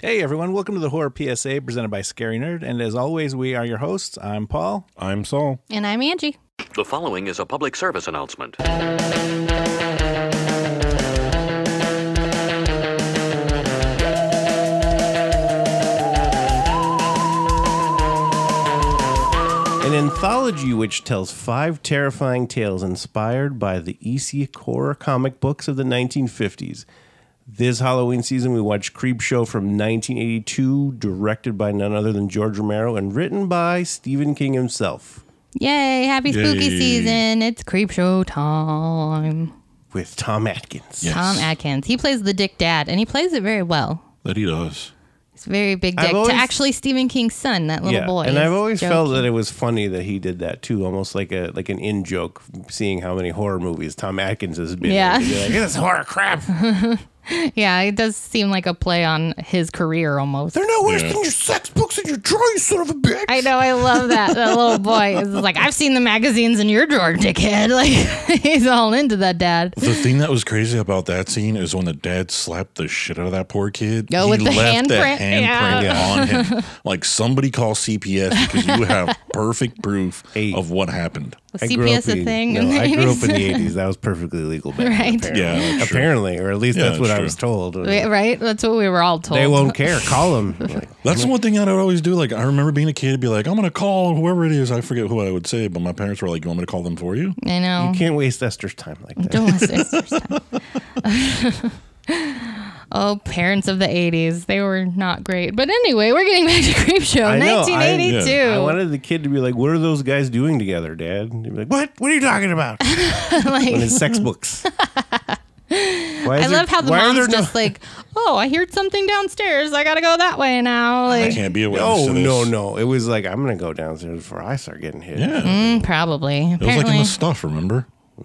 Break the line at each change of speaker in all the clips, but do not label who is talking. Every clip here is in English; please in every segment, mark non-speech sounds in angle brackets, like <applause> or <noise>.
Hey everyone, welcome to the Horror PSA presented by Scary Nerd. And as always, we are your hosts. I'm Paul.
I'm Saul.
And I'm Angie.
The following is a public service announcement.
An anthology which tells five terrifying tales inspired by the EC horror comic books of the 1950s. This Halloween season, we watched Creep Show from 1982, directed by none other than George Romero and written by Stephen King himself,
Yay, happy spooky
Yay.
season. It's creep show time.
with Tom Atkins.
Yes.
Tom Atkins. He plays the dick dad and he plays it very well.
That he does.
He's a very big
I've
dick
always-
to actually Stephen King's son, that little
Yeah,
boy.
and
is
I've always
Joe
felt
King.
that it was funny that he did that too, almost like a like an in joke, seeing how many horror movies Tom Atkins has been. in.
Yeah.
You're like, this is horror
<laughs>
crap.
Yeah, it does seem like a play on his career almost.
They're no worse
Yeah.
than your sex books and your drawing, you son of a bitch.
I know, I love that. That little boy is like, I've seen the magazines in your drawer, dickhead. <laughs> Like, he's all into that dad.
The thing that was crazy about that scene is when the dad slapped the shit out of that poor kid.
Oh, with the handprint,
handprint
yeah.
on him.
<laughs>
Like somebody call CPS because you have perfect proof
Hey.
of what happened.
Was
I grew
CPS
up
a
in-
thing?
No,
in the <laughs>
I grew up in
80s?
the eighties. That was perfectly legal back
Right.
then, apparently.
Yeah, that's true.
apparently, or at least
Yeah,
that's what
that's
I
true.
was told.
Wait, Right? That's what we were all told.
They won't care. Call
<laughs>
them. Like,
That's the one thing that I would always do. Like I remember being a kid, I'd be like, I'm gonna call whoever it is. I forget who I would say, but my parents were like, You want me to call them for you?
I know.
you can't waste Esther's time like that.
Don't listen. It's their stuff. <laughs> oh, parents of the 80s. They were not great. But anyway, we're getting back to Creep Show.
I know, I-
1982.
I wanted the kid to be like, "What are those guys doing together, Dad?" And he'd be like, "What? What are you talking about?"
<laughs> Like,
In his sex
<laughs>
books. Why is
I
there-
love how the
why are
mom's
there no-
just like, oh, I heard something downstairs. I got to go that way now.
I
Like,
<laughs>
can't be a witness
Oh
to this.
no no! It was like I'm gonna go downstairs before I start getting hit.
Yeah.
mm, probably.
It was like in
Apparently,
the stuff, remember?
<laughs>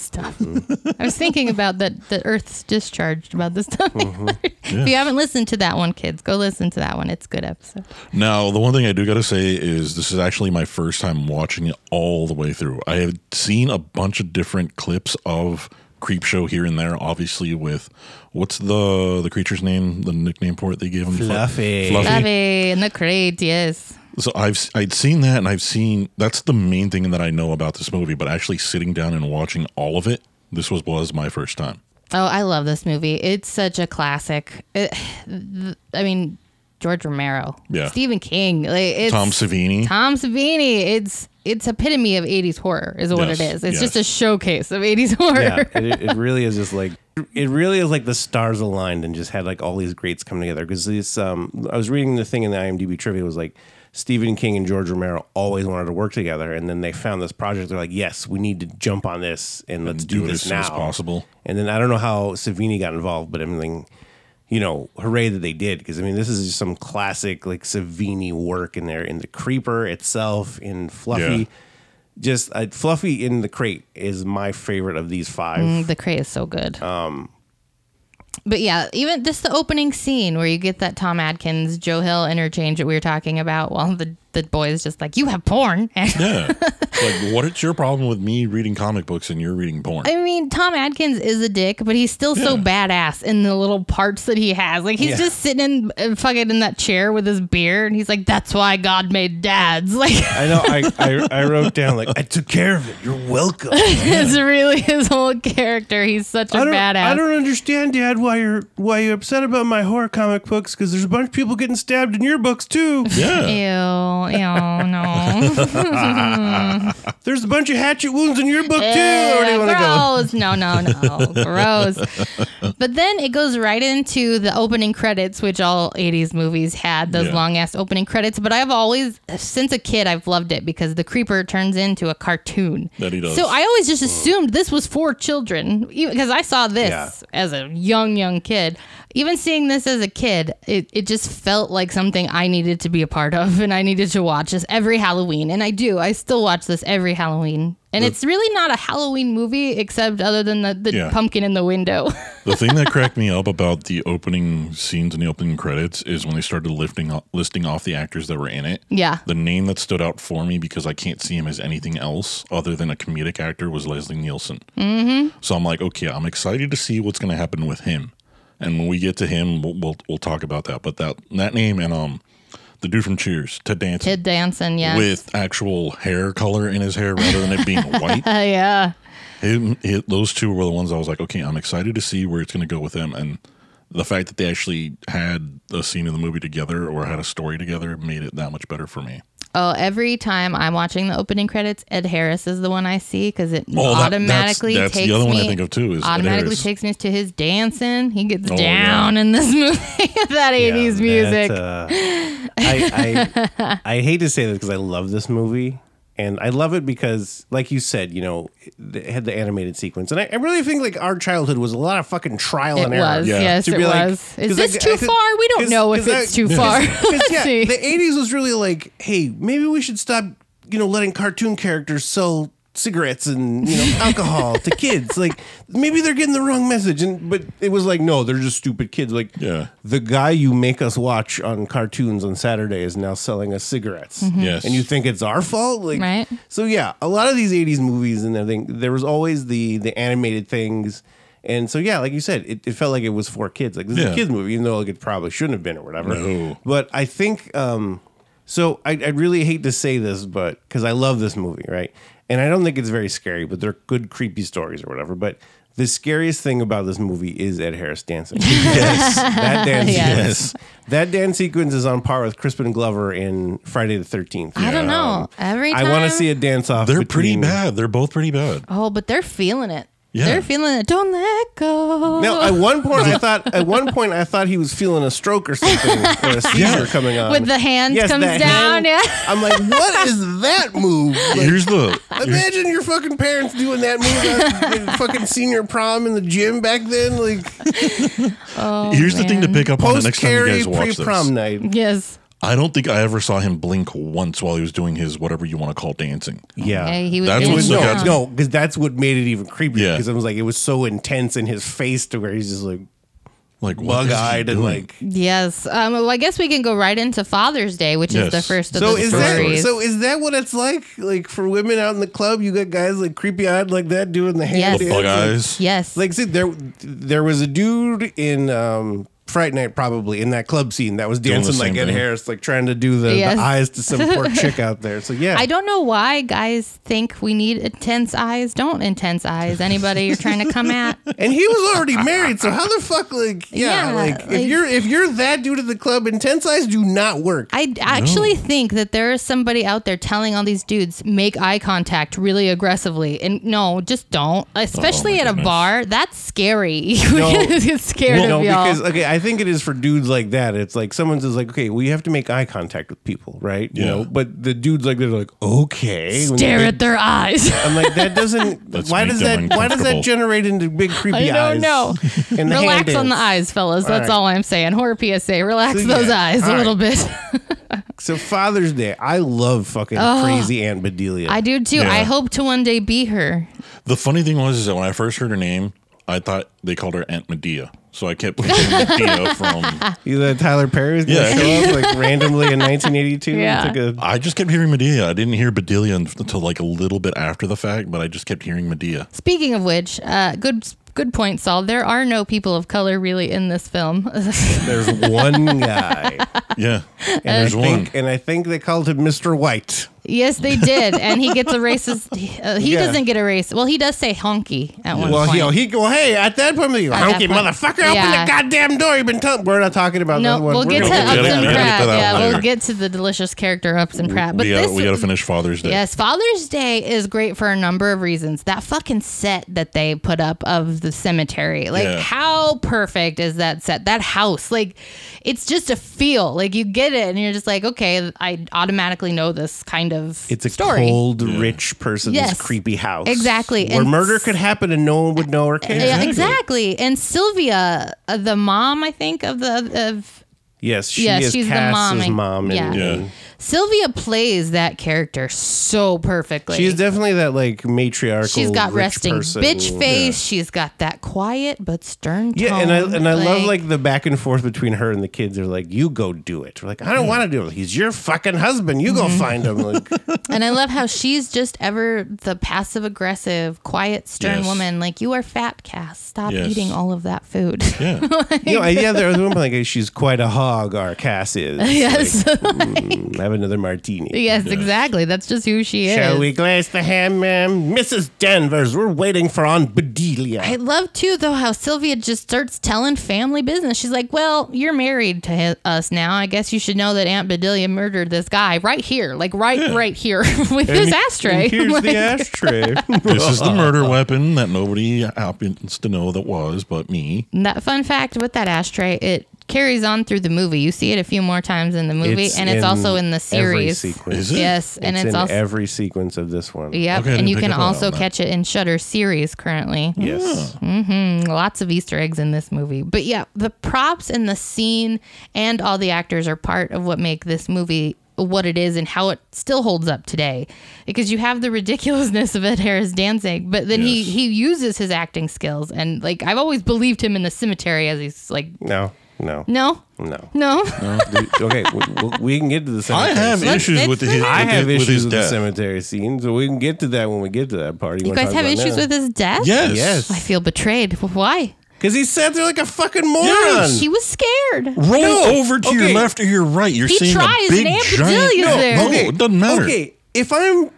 <laughs>
stuff.
Mm.
I was thinking about that the Earth's discharged about this stuff.
Mm-hmm.
<laughs> If you
Yes.
haven't listened to that one, kids, go listen to that one. It's a good episode.
Now, the one thing I do got to say is this is actually my first time watching it all the way through. I have seen a bunch of different clips of Creep Show here and there, obviously with what's the the creature's name, the nickname for it they gave him,
Fluffy.
Fluffy.
Lovey and the Creed, yes.
So I've I'd seen that, and I've seen that's the main thing that I know about this movie. But actually sitting down and watching all of it, this was was my first time.
Oh, I love this movie. It's such a classic. It, <sighs> th- I mean, George Romero,
Yeah.
Stephen King, like it's
Tom Savini,
Tom Savini. It's it's epitome of '80s horror, is what
Yes,
it is. It's
yes.
just a showcase of '80s
<laughs>
horror. <laughs>
yeah, it, it really is just like it really is like the stars aligned and just had like all these greats come together because this um I was reading the thing in the IMDb trivia it was like Stephen King and George Romero always wanted to work together and then they found this project they're like yes we need to jump on this and let's do,
do it
this
as soon
now
as possible.
and then I don't know how Savini got involved but I mean you know hooray that they did because I mean this is just some classic like Savini work in there in the Creeper itself in Fluffy.
Yeah.
Just uh, Fluffy in the crate is my favorite of these five.
Mm, <laughs> the Cray is so good. Um, but yeah, even just the opening scene where you get that Tom Adkins Joe Hill interchange that we were talking about, while the the boy is just like, "You have porn." <laughs>
yeah. like, what is your problem with me reading comic books and you're reading porn?
I mean, Tom Adkins is a dick, but he's still so badass in the little parts that he has. Like he's
Yeah.
just sitting in uh, fucking in that chair with his beer, and he's like, "That's why God made dads." <laughs> Like
I know. I, I, I wrote down like I took care of it. You're welcome. I
it's really his whole character. He's such a
don't.
badass.
I don't understand, Dad. Why you're why you're upset about my horror comic books? Because there's a bunch of people getting stabbed in your books too.
yeah.
Ew,
<laughs>
ew, no.
There's a bunch of hatchet wounds in your book too. Where do you want to go?
gross. No, no,
<laughs>
no. gross. But then it goes right into the opening credits, which all 80s movies had those
Yeah.
long ass opening credits. But I've always, since a kid, I've loved it because the creeper turns into a cartoon.
That he does.
So I always just assumed this was for children because I saw this
Yeah.
as a young, young kid. Even seeing this as a kid, it, it just felt like something I needed to be a part of and I needed to watch this every Halloween. And I do. I still watch this every Halloween. And it's really not a Halloween movie except other than the, the
Yeah.
pumpkin in the window. <laughs>
The thing that cracked me up about the opening scenes and the opening credits is when they started lifting listing off the actors that were in it.
yeah.
The name that stood out for me because I can't see him as anything else other than a comedic actor was Leslie Nielsen. Mm-hmm. So I'm like, okay, I'm excited to see what's going to happen with him. And when we get to him, we'll we'll, we'll talk about that. But that that name and um, the dude from Cheers, Ted Danson,
Ted Danson, yes.
with actual hair color in his hair rather than it being white.
Uh, yeah.
Him, hi- those two were the ones I was like, okay, I'm excited to see where it's going to go with them. And the fact that they actually had a scene in the movie together or had a story together made it that much better for me.
Oh, every time I'm watching the opening credits, Ed Harris is the one I see because it
Oh, that- that's-
automatically
that's the
takes
other
me.
one I think of too, is Ed
automatically
Harris.
takes me to his dancing. He gets
Oh,
down
yeah.
in this <laughs> movie. that '80s music.
That, uh, I,
<laughs>
I I hate to say this because I love this movie, and I love it because, like you said, you know, it had the animated sequence, and I, I really think like our childhood was a lot of fucking trial
It
and error.
was,
Yeah.
yes,
To
it
be like-
was.
'cause,
Is this
like,
too
I could-
far? We don't
'cause-
know if
<laughs> 'cause I-
it's too far. <laughs>
'Cause, yeah,
See.
the '80s was really like, hey, maybe we should stop, you know, letting cartoon characters sell cigarettes and you know alcohol to kids. Like, maybe they're getting the wrong message. And but it was like, no, they're just stupid kids. Like,
Yeah.
the guy you make us watch on cartoons on Saturday is now selling us cigarettes.
Yes.
and you think it's our fault, like,
Right.
So yeah, a lot of these '80s movies and everything, there was always the the animated things. And so yeah, like you said, it, it felt like it was for kids. Like this is
Yeah.
a kids movie, even though like it probably shouldn't have been or whatever.
No.
But I think um, so. I, I really hate to say this, but because I love this movie, right? And I don't think it's very scary, but they're good creepy stories or whatever. But the scariest thing about this movie is Ed Harris
<laughs>
dancing. yes, that dance.
Yes.
Yes. that dance sequence is on par with Crispin Glover in Friday the Thirteenth.
I don't know. Every time
I want to see a dance off.
<laughs> They're pretty bad. They're both pretty bad.
Oh, but they're feeling it.
Yeah.
They're feeling it. Don't let go.
Now,
<laughs>
at one point, I thought at one point I thought he was feeling a stroke or something,
<laughs>
or a seizure coming on.
With the hand comes
that hand.
down, yeah.
I'm like, what is that
<laughs>
move? Like,
<laughs>
Here's the here's-
imagine your fucking parents doing that move at fucking senior prom in the gym back then, like
here's the thing to
Oh, man.
pick up on the
post
next time you
carry
guys
pre
watch
prom
this.
night.
Yes.
I don't think I ever saw him blink once while he was doing his whatever you want to call dancing.
Yeah.
Okay, he was
That's
in
what
his
stuck out
mom.
to
no,
me.
no, because that's what made it even creepier.
Yeah.
Because I was like, it was so intense in his face to where he's just like
Like what
bug
is he
eyed and
doing?
like
Yes. Um, well, I guess we can go right into Father's Day, which
Yes.
is the first of
So
the
is that
stories.
so is that what it's like? Like for women out in the club, you got guys like creepy eyed like that doing the hand
Yes.
the
dance.
bug
Like-
eyes.
yes.
Like see, there there was a dude in um Fright Night probably in that club scene that was
the
dancing like
same
Ed
thing.
Harris, like trying to do the,
Yes.
the eyes to some
<laughs>
poor chick out there. So yeah.
I don't know why guys think we need intense eyes. Don't intense eyes. Anybody you're trying to come at.
and he was already married, so how the fuck like yeah,
Yeah,
like,
like-
if you're if you're that dude at the club, intense eyes do not work.
I d- actually think that there is somebody out there telling all these dudes make eye contact really aggressively, and no, just don't. Especially
my
at a
goodness.
bar, that's scary.
Oh
<laughs>
No.
it's scared
no,
of y'all.
because uh, okay, I think it is for dudes like that. It's like someone says like, okay, well, you have to make eye contact with people, right? You
Yeah.
know, but the dudes like they're like, okay, When
Stare
they-
at their
<laughs>
eyes.
I'm like that doesn't.
<laughs> Let's
why
make
does that?
them
Why does that
uncomfortable.
generate into big creepy
I
eyes?
don't know.
<laughs> And the
Relax
hand
on the
dance?
eyes, fellas. That's
right.
all I'm saying. Horror PSA. Relax
So,
those
yeah.
eyes
All
a
right. <laughs>
little bit.
So Father's Day, I love fucking crazy Aunt Bedelia.
I do too.
Yeah.
I hope to one day be her.
The funny thing was is that when I first heard her name, I thought they called her Aunt Medea. So I kept
<laughs>
thinking Medea from.
You know, Tyler Perry was gonna
Yeah.
show up
<laughs>
like randomly in 1982. and
Yeah.
took a-
I just kept hearing Medea. I didn't hear Bedelia until like a little bit after the fact, but I just kept hearing Medea.
Speaking of which, uh, good good point, Saul. There are no people of color really in this film. <laughs>
there's one guy,
Yeah,
<laughs> and I
there's one.
think, and I think they called him Mr. White.
yes, they did, and he gets a racist. Uh, he
Yeah.
doesn't get a race. Well, he does say honky at one
Well,
point.
he, oh, he go, hey, at that point, you go,
At
honky
that point.
motherfucker,
Yeah.
open the goddamn door. You've been telling. We're not talking about
no,
that one.
we'll
We're
get to
gonna-
get
Upton
it- we're gonna get
Pratt.
to that
Yeah,
one
we'll
later.
get to the delicious character Upton Pratt. But
we
this
got we got to finish Father's Day.
Yes, Father's Day is great for a number of reasons. That fucking set that they put up of the cemetery, like
Yeah.
how perfect is that set? That house, like it's just a feel. Like you get it, and you're just like, okay, I automatically know this kind of
It's a
story.
cold, rich person's
Yes.
creepy house.
Exactly.
Where
And- Uh,
murder could happen and no one would know or care.
Yeah, exactly. And Sylvia, uh, the mom, I think of the of
Yes, she
Yes,
is
she's the
Cass's
mom, I-
mom. in-
yeah.
Yeah.
Sylvia plays that character so perfectly.
She's definitely that like matriarchal.
She's got
rich
resting
person.
bitch face. She's got that quiet but stern tone.
Yeah, and I and I love like the back and forth between her and the kids. They're like, "You go do it." We're like, "I
Mm.
don't want to do it." He's your fucking husband. You
Mm-hmm.
go find him.
<laughs>
Like,
and I love how she's just ever the passive aggressive, quiet, stern
Yes.
woman. Like you are fat, Cass. Stop
Yes.
eating all of that food.
Yeah.
you know, yeah. There was one point like she's quite a hog. Our Cass is.
<laughs> yes,
Mm, have another martini.
<laughs> yes, exactly. That's just who she is.
Shall we glaze the ham, ma'am? Mrs. Danvers, we're waiting for Aunt Bedelia.
I love too, though, how Sylvia just starts telling family business. She's like, "Well, you're married to hi- us now. I guess you should know that Aunt Bedelia murdered this guy right here, like right, right here <laughs> with this ashtray."
And here's
<laughs> Like,
the ashtray.
this
<laughs>
is the murder weapon that nobody happens to know that was but me.
And that fun fact with that ashtray, it carries on through the movie. You see it a few more times in the movie, and it's
in
also in the
Every
series.
sequence.
Is it?
Yes, and
it's,
it's,
in
also
every sequence of this one.
yep,
Okay, I
and
didn't
you
pick
can
up on
also
that.
catch it in Shutter series currently.
Yes.
Mm, lots of Easter eggs in this movie. But yeah, the props and the scene and all the actors are part of what make this movie what it is and how it still holds up today. Because you have the ridiculousness of Ed Harris dancing, but then
Yes.
he he uses his acting skills and like I've always believed him in the cemetery as he's like
No. No.
no,
No.
no.
We- okay, we, we- we can get to the
<laughs> I
cemetery.
have
scene.
Let's
issues
fix
with
it.
his,
I
with
have
his- with
issues
his
with the
death.
cemetery scene, so we can get to that when we get to that part.
You guys have issues with his death?
Yes.
Yes.
I feel betrayed. Why?
Because he sat there like a fucking moron.
He was scared.
Roll
No,
over to your
okay.
left or your right. You're
He
seeing
tries,
a big
and
giant.
Ambedelia's
No,
there.
no, it doesn't matter.
Okay, if I'm,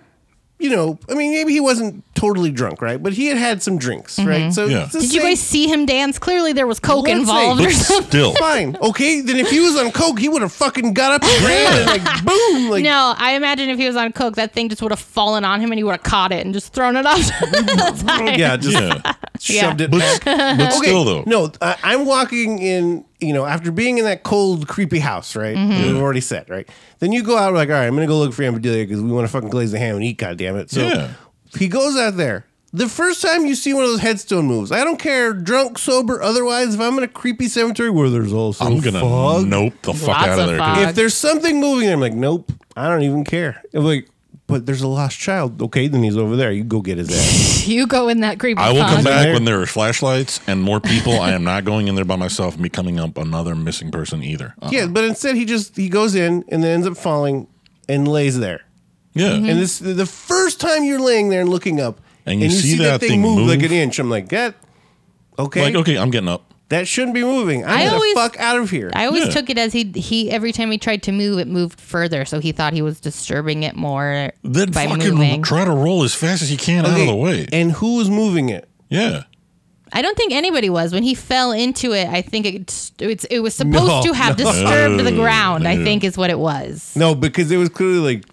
you know, I mean, maybe he wasn't totally drunk, right? But he had had some drinks, right? So
Yeah.
it's the
Mm-hmm. Did you
same-
guys see him dance? Clearly, there was coke
Let's
involved. <laughs>
see.
But
Or something.
still,
Fine. Okay, then if he was on coke, he would have fucking got up
<laughs>
and ran and like boom, like
No, I imagine if he was on coke, that thing just would have fallen on him and he would have caught it and just thrown it <laughs> off.
yeah, just
yeah.
shoved it.
But, but still, though,
No, I I'm walking in, you know, after being in that cold, creepy house, right?
Mm-hmm.
We've already set, right? Then you go out, like, all right, I'm going to go look for Ambedelia because we want to fucking glaze the ham and eat, goddammit. So
Yeah.
he goes out there. The first time you see one of those headstone moves, I don't care, drunk, sober, otherwise, if I'm in a creepy cemetery where there's also
I'm gonna
fog,
nope the fuck
Lots
out of
of
there. dude.
fog.
if there's something moving, I'm like, nope, I don't even care. I'm like, but there's a lost child. Okay, then he's over there. You go get his ass.
you go in that creepy.
I will come
pond.
back when there are flashlights and more people. I am not going in there by myself and becoming up another missing person either. Uh,
yeah, but instead he just he goes in and then ends up falling and lays there.
yeah.
And this the first time you're laying there and looking up,
And you see that thing move.
like an inch. I'm like, that okay,
Like, okay, I'm getting up.
that shouldn't be moving. I'm
I
gonna
always-
fuck out of here.
I always
Yeah.
took it as he he every time he tried to move, it moved further, so he thought he was disturbing it more
Then
by
fucking
moving.
try to roll as fast as you can out
Okay,
of the way.
And who was moving it?
yeah.
I don't think anybody was when he fell into it. I think it it's, it was supposed
No,
to have disturbed the ground. I think is what it was.
No, because it was clearly like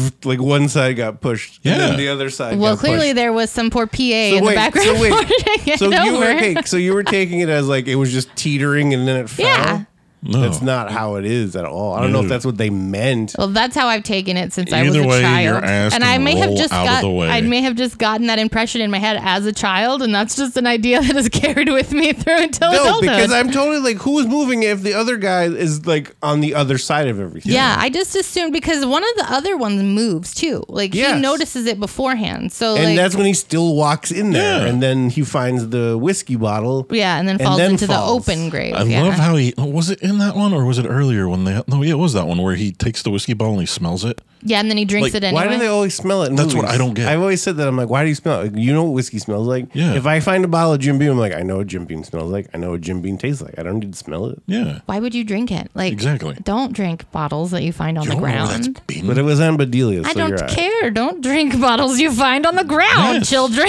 <laughs> like one side got pushed, and
Yeah.
then the other side.
Well,
got
clearly
pushed.
there was some poor PA in the background. <laughs>
so
pushing it
so
<laughs>
you were
over.
okay, so you were taking it as like it was just teetering and then it fell.
Yeah.
No.
That's not how it is at all. I don't know if
No.
that's what they meant.
Well, that's how I've taken it since I was
Either
a
way,
child,
you're asked
and I
to
may have
roll
just
out of
got,
the way.
I may have just gotten that impression in my head as a child, and that's just an idea <laughs> that is carried with me through until
No,
adulthood.
because I'm totally like, who is moving it if the other guy is like on the other side of everything?
yeah, I just assumed because one of the other ones moves too. Like
Yes.
he notices it beforehand. So
And
like,
that's when he still walks in there,
Yeah.
and then he finds the whiskey bottle.
yeah, and then
and
falls
then
into
falls.
the open grave.
I
yeah.
love how he oh, was it in that one or was it earlier when they no yeah it was that one where he takes the whiskey bottle and he smells it
yeah, and then he drinks
Like,
it anyway.
Why do they always smell it? In
That's what
movies?
I don't get.
I've always said that. I'm like, why do you smell it? You know what whiskey smells like?
Yeah.
If I find a bottle of Jim Beam, I'm like, I know what Jim Beam smells like. I know what Jim Beam tastes like. I don't need to smell it.
yeah
Why would you drink it? Like
Exactly.
Don't drink bottles that you find on
You
the
don't know where Oh, that's
ground.
been?
But it was on Bedelia, so
I don't
you're all right.
care. Don't drink <laughs> bottles you find on the ground,
Yes.
children.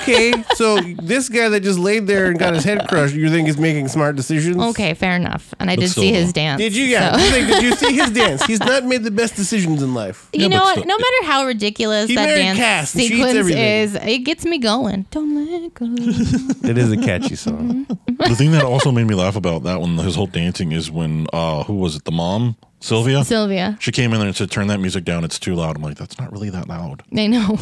Okay, so this guy that just laid there and got his head crushed, you think is making smart decisions?
Okay, fair enough. And I did
still,
see
though.
his dance.
Did you? Yeah.
so-
You think- did you see
<laughs>
his dance? He's not made the best decisions in life.
You
Yeah,
know
but
what?
still-
no matter how ridiculous
He
that
married
dance
Cass and she eats
sequence
everything.
is, it gets me going. Don't let go.
<laughs> It is a catchy song.
Mm-hmm.
the thing that also made me laugh about that one his whole dancing is when uh who was it the mom Sylvia
Sylvia.
she came in there and said turn that music down it's too loud I'm like that's not really that loud
I know.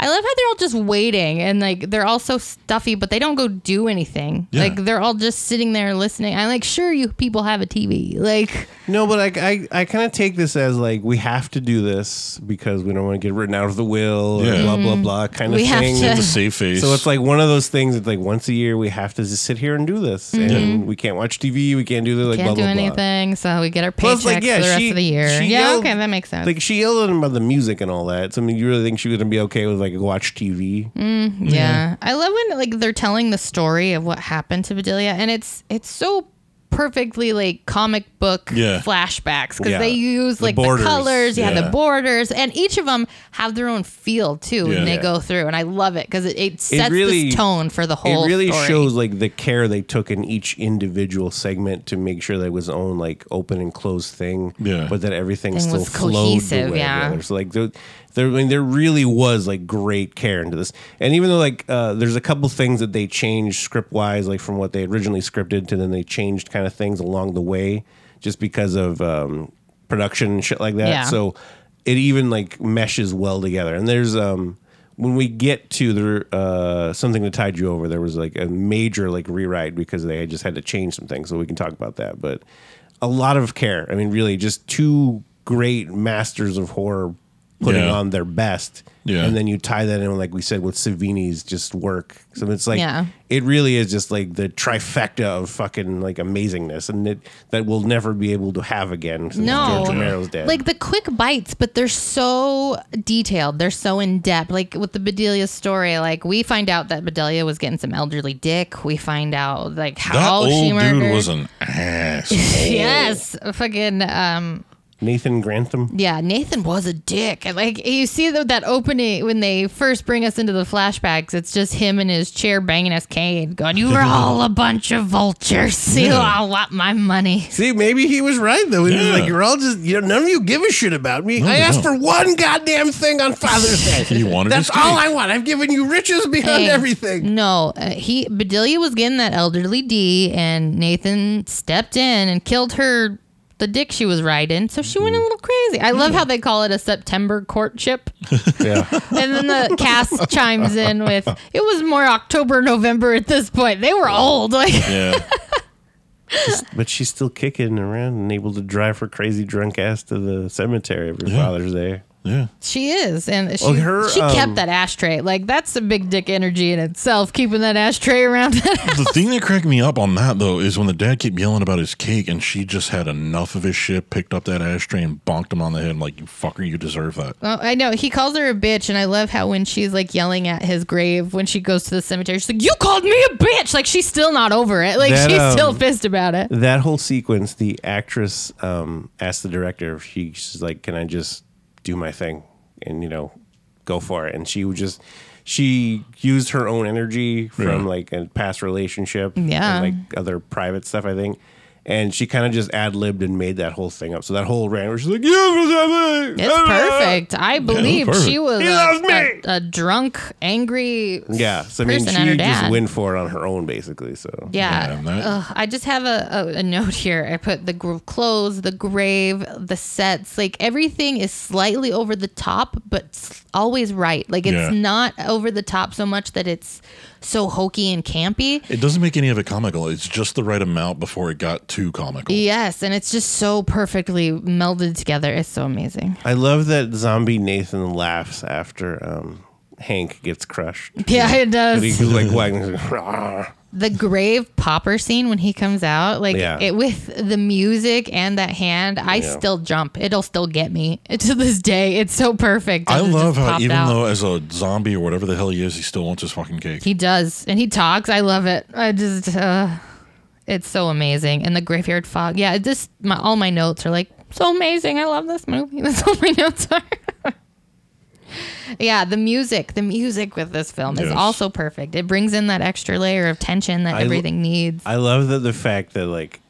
I love how they're all just waiting and like they're all so stuffy, but they don't go do anything.
Yeah.
Like they're all just sitting there listening. I'm like, sure, you people have a TV. Like,
No, but like I, I kind of take this as like we have to do this because we don't want to get written out of the will or
Yeah.
blah blah blah kind of
Mm-hmm. We have
thing.
to-
It's a
<laughs>
safe face.
So it's like one of those things that like once a year we have to just sit here and do this, and we can't watch TV, we can't do this, like
Mm-hmm. can't
blah
do
blah blah.
anything. So we get our paychecks
Plus, like, yeah,
for the rest
she-
of the year.
she
Yeah,
yelled-
okay, that makes sense.
Like she yelled at him about the music and all that. So I mean, you really think she was gonna be okay with like watch TV?
yeah. I love when like they're telling the story of what happened to Bedelia, and it's it's so perfectly like comic book
Yeah.
flashbacks because
Yeah.
they use
The
like the,
borders,
colors, yeah,
yeah.
the borders, and each of them have their own feel too
Yeah.
when they
Yeah.
go through, and I love it because it, it sets
really-
this tone for the whole.
it really
story.
shows like the care they took in each individual segment to make sure that it was own like open and closed thing
Yeah.
but that everything
Thing
still
was
flowed
cohesive,
the way
yeah.
together. so like there, there i mean there really was like great care into this and even though like uh, there's a couple things that they changed script wise like from what they originally scripted to then they changed kind of things along the way just because of um, production and shit like that
Yeah.
so it even like meshes well together. And there's um when we get to the uh something that tied you over, there was like a major like rewrite because they had just had to change some things. So we can talk about that. But a lot of care. I mean, really, just two great masters of horror putting
Yeah.
on their best.
Yeah.
And then you tie that in, like we said, with Savini's just work. So it's like
Yeah.
it really is just like the trifecta of fucking like amazingness, and it that we'll never be able to have again. Since
No,
George Romero's dead.
like the quick bites, but they're so detailed. They're so in depth. Like with the Bedelia story, like we find out that Bedelia was getting some elderly dick. We find out like
that
how
old
she
dude
murdered.
was an ass.
yes, fucking um,
Nathan Grantham.
yeah. Nathan was a dick, and like you see the, that opening when they first bring us into the flashbacks. It's just him in his chair banging his cane, going, "You were all a bunch of vultures. <laughs> You all want my money."
See, maybe he was right though. He
Yeah.
was like, "You're all just you know, none of you give a shit about me. I
you
asked
don't.
for one goddamn thing on Father's Day.
<laughs> He wanted
That's
his cake.
all I want. I've given you riches beyond
Hey,
everything."
No, uh, he Bedelia was getting that elderly D, and Nathan stepped in and killed her the dick she was riding. So she went a little crazy. I love how they call it a September courtship,
<laughs> Yeah,
and then the cast chimes in with, "It was more October, November at this point. They were old." <laughs> Like,
yeah. <laughs>
but she's still kicking around and able to drive her crazy drunk ass to the cemetery every Father's Day.
Yeah.
She is, and she,
Well, her,
she
um,
kept that ashtray. Like that's a big dick energy in itself, keeping that ashtray around. <laughs>
the thing that cracked me up on that though is when the dad kept yelling about his cake and she just had enough of his shit, picked up that ashtray and bonked him on the head. like, you fucker, you deserve that.
Oh, I know. He calls her a bitch, and I love how when she's like yelling at his grave when she goes to the cemetery, she's like, "You called me a bitch!" Like she's still not over it. Like
That,
she's still
um,
pissed about it.
That whole sequence, the actress um, asked the director if she, she's like, "Can I just do my thing and you know go for it?" And she would just she used her own energy from
Yeah.
like a past relationship,
Yeah.
and like other private stuff, I think. And she kind of just ad libbed and made that whole thing up. So that whole rant where she's like, "Yeah, it's
It's perfect. I believe
perfect.
she was
He loves me!
a, a, a drunk, angry.
Yeah, so I mean,
Person and her
she just
dad.
went for it on her own, basically. So
Yeah.
Yeah, that-
Ugh, I just have a, a, a note here. I put the gr- clothes, the grave, the sets, like everything is slightly over the top, but s- always right. Like it's
Yeah.
not over the top so much that it's so hokey and campy.
It doesn't make any of it comical. It's just the right amount before it got too comical.
Yes, and it's just so perfectly melded together. It's so amazing.
I love that zombie Nathan laughs after um, Hank gets crushed.
Yeah, it
And
does.
he was <laughs> like wagging his "Rah."
The grave popper scene when he comes out, like
Yeah.
it with the music and that hand, I still jump. It'll still get me <laughs> to this day. It's so perfect.
I
And it
love
just
how
popped
even
out.
though as a zombie or whatever the hell he is, he still wants his fucking cake.
he does, and he talks. I love it. I just, uh, it's so amazing. And the graveyard fog. Yeah, it just my all my notes are like so amazing. I love this movie. <laughs> That's all my notes are. yeah, the music, the music with this film is
Yes.
also perfect. It brings in that extra layer of tension that
I l-
everything needs.
I love that the fact that like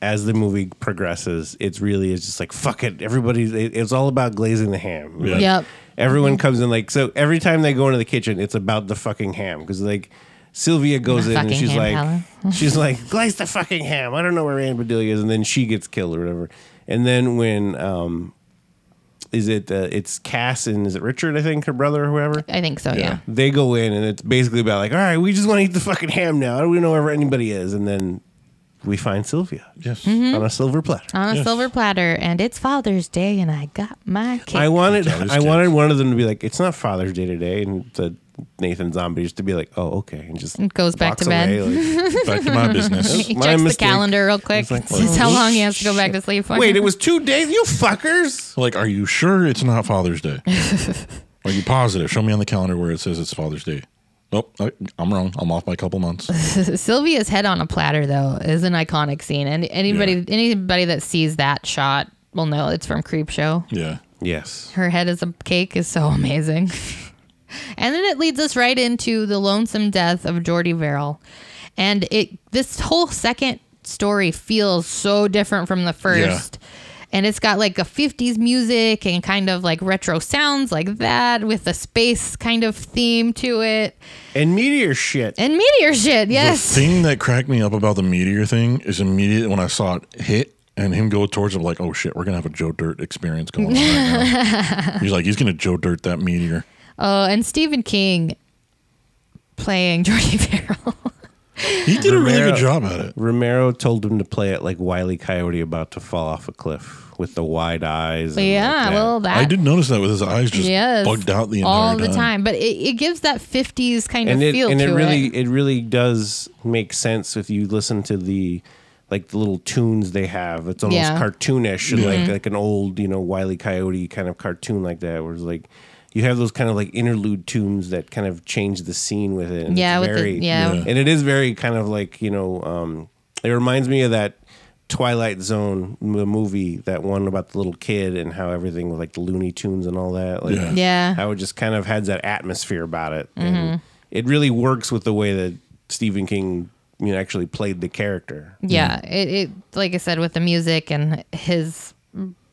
as the movie progresses, it's really is just like fuck it. Everybody's it, it's all about glazing the ham. Like,
Yep.
Everyone comes in like so. Every time they go into the kitchen, it's about the fucking ham because like Sylvia goes in and
Fucking
she's
ham,
like, <laughs> she's like glaze the fucking ham. I don't know where Aunt Bedelia is, and then she gets killed or whatever. And then when um, is it uh, it's Cass and is it Richard? I think her brother or whoever.
I think so. Yeah.
Yeah.
They go in and it's basically about like, all right, we just want to eat the fucking ham now. I don't know where anybody is, and then we find Sylvia
Yes.
Mm-hmm.
on a silver platter.
On a
Yes.
silver platter, and it's Father's Day, and I got my cake.
I wanted
Johnny's
I wanted one of them to be like, it's not Father's Day today, and the Nathan Zombie just to be like, oh okay, and just
And goes back
walks
to bed. <laughs>
away, like,
Back to my business.
he
my
checks
mistake.
the calendar real quick.
It's like,
Sees how long he has to go back to sleep for.
Wait, it was two days, you fuckers.
Like, are you sure it's not
<laughs>
Father's Day? are you positive? Show me on the calendar where it says it's Father's Day. Nope, I, I'm wrong. I'm off by a couple months.
Sylvia's head on a platter though is an iconic scene, and anybody
Yeah.
anybody that sees that shot will know it's from Creep Show.
Yeah.
Yes,
Her head as a cake is so <laughs> amazing. and then it leads us right into the lonesome death of Geordie Verrill, and it this whole second story feels so different from the first. And it's got like a 50s music and kind of like retro sounds like that with a space kind of theme to it.
and meteor shit.
And meteor shit,
The
yes.
thing that cracked me up about the meteor thing is immediately when I saw it hit and him go towards it, like, oh shit, we're gonna have a Joe Dirt experience going on
<laughs>
right now. he's like, he's gonna Joe Dirt that meteor.
Oh, and Stephen King playing <laughs> Jordy Farrell.
He did a really
Romero-
good job at it.
Romero told him to play it like Wiley Coyote about to fall off a cliff with the wide eyes. and
yeah,
like that.
well, that
I did notice that with his eyes just
yes,
bugged out the entire
all the time. But it, it gives that '50s kind
and
of
it
feel
and
to
it really
it.
it. really does make sense if you listen to the like the little tunes they have. It's almost
Yeah. Mm-hmm.
cartoonish and like like an old you know Wiley Coyote kind of cartoon like that, where it's like. You have those kind of like interlude tunes that kind of change the scene with it. And
Yeah,
it's
with the-
very,
yeah. Yeah.
and it is very kind of like you know. Um, it reminds me of that Twilight Zone the movie, that one about the little kid and how everything with like the Looney Tunes and all that. Like,
Yeah.
Yeah.
how it just kind of has that atmosphere about it. And it really works with the way that Stephen King, you know, actually played the character.
yeah, it, it like I said with the music and his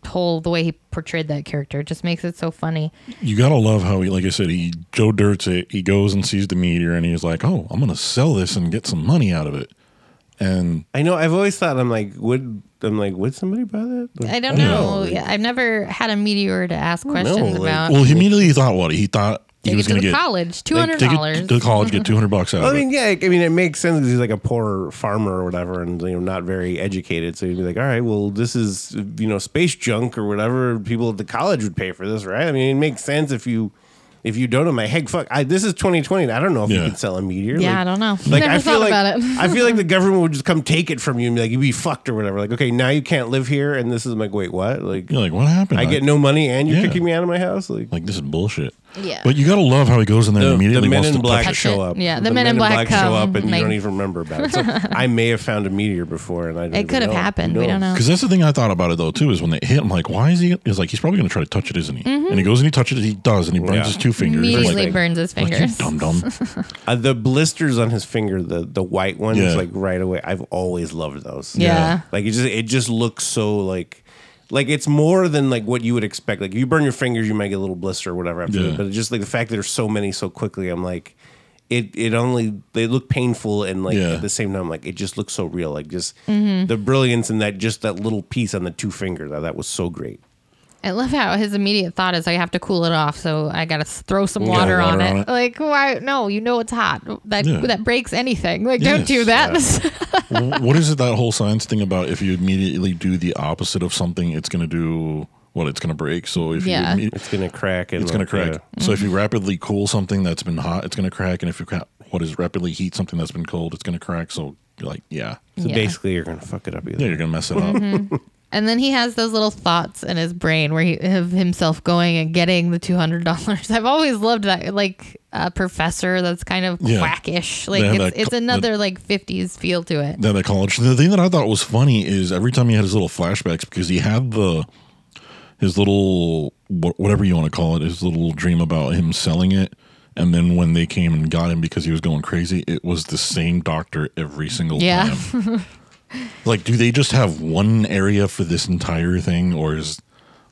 whole the way he portrayed that character just makes it so funny.
You gotta love how he, like I said, he Joe Dirt's it. He goes and sees the meteor, and he's like, "Oh, I'm gonna sell this and get some money out of it." And
I know I've always thought I'm like, would I'm like, would somebody buy that? Like,
I don't know. Yeah, I've never had a meteor to ask questions
like-
about.
well, he immediately thought what he thought he
Take
was
it to
gonna
the
get
college, two
like,
hundred
take it
dollars.
to the college, get two hundred bucks out
I
of it.
mean, yeah, I mean, it makes sense because he's like a poor farmer or whatever, and you know, not very educated. So he'd be like, "All right, well, this is you know, space junk or whatever. People at the college would pay for this, right? I mean, it makes sense if you if you don't. I'm like, heck, fuck, I, this is 2020. I don't know if you
Yeah.
can sell a meteor.
Yeah,
Like,
I don't know.
Like
Never
I feel
thought
like
about
<laughs>
it.
I feel like
<laughs>
the government would just come take it from you and be like, you'd be fucked or whatever. Like, okay, now you can't live here, and this is I'm like, wait, what? Like,
You're like, "What happened?"
I get no money, and you're
Yeah.
kicking me out of my house. Like,
Like this is bullshit.
Yeah.
But you gotta love how he goes in there
the,
and immediately
the men
wants
in
to
black
touch
it.
show up.
Yeah, the men in black
show
come,
up, and
like-
you don't even remember about it. So
<laughs>
I may have found a meteor before, and I didn't
it
even
could have
know.
happened. We
No.
don't know.
Because that's the thing I thought about it though too is when they hit him like why is he is like he's probably gonna try to touch it isn't he and he goes and he touches it he does and he burns
Yeah.
his two fingers
Mm-hmm. Immediately
like,
burns his
like,
fingers.
you
<laughs>
dumb dumb
Uh, the blisters on his finger, the the white ones,
Yeah.
like right away. I've always loved those.
Yeah.
like it just it just looks so like. Like it's more than like what you would expect. Like if you burn your fingers, you might get a little blister or whatever. After
Yeah.
it. But it's just like the fact that there's so many so quickly, I'm like, it it only they look painful and like
Yeah.
at the same time, like it just looks so real. Like just
Mm-hmm.
the brilliance in that just that little piece on the two fingers. uh, That was so great.
I love how his immediate thought is, I have to cool it off, so I gotta s- throw some water,
water
on,
on
it.
it.
Like, why? No, you know it's hot. That
Yeah.
that breaks anything. Like, don't
Yes.
do <laughs> that.
Wh- what is it that whole science thing about if you immediately do the opposite of something it's going to do what it's going to break so if
Yeah.
you imme-
It's gonna crack. And
it's going to
like,
crack
uh,
so if you rapidly cool something that's been hot it's going to crack and if you ca- what is rapidly heat something that's been cold it's going to crack so you're like yeah
so
Yeah.
basically, you're gonna fuck it up
yeah
either.
you're going to mess it up
and then he has those little thoughts in his brain where he of himself going and getting the two hundred dollars. <laughs> I've always loved that, like uh, professor. That's kind of
Yeah.
quackish.
They
Like,
have
it's,
that
it's
cl-
another like fifties feel to it.
that at college. The thing that I thought was funny is every time he had his little flashbacks because he had the his little wh- whatever you want to call it, his little dream about him selling it. And then when they came and got him because he was going crazy, it was the same doctor every single
Yeah.
time.
<laughs>
like, do they just have one area for this entire thing, or is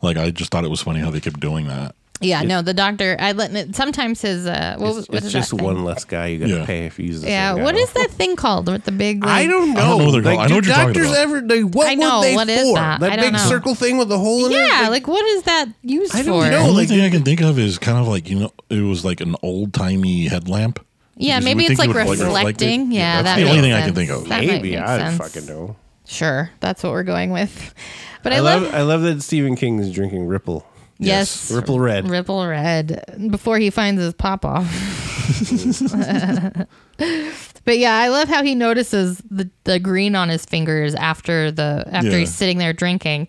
like I just thought it was funny how they kept doing that?
Yeah, no, the doctor. I let sometimes his uh, what, was-
It's,
what
it's
is
just
that thing?
one less guy you got to
Yeah.
pay if you use. The
Yeah,
same
what
guy.
is that thing called with the big?
I
like-
don't know.
I don't know what they're
like,
called. I
do
know what you're talking
doctors
about.
ever? Like, what
I know,
were they
what
for?
is that? I don't
big
know.
circle thing with the hole in it.
Yeah, like what is that used
I don't
for?
know.
The only
like-
thing I can think of is kind of like you know it was like an old timey headlamp.
Yeah,
Because you
maybe
would
it's
think it
like
would, reflect it.
reflecting. yeah,
that's
that
the
makes
only thing I can
sense.
think of.
That might
maybe
make
I
sense.
fucking know.
Sure, that's what we're going with. But I,
I
love,
love I love that Stephen King is drinking Ripple.
yes,
Ripple Red.
Ripple Red before he finds his pop off. but yeah, I love how he notices the, the green on his fingers after the after
Yeah.
he's sitting there drinking.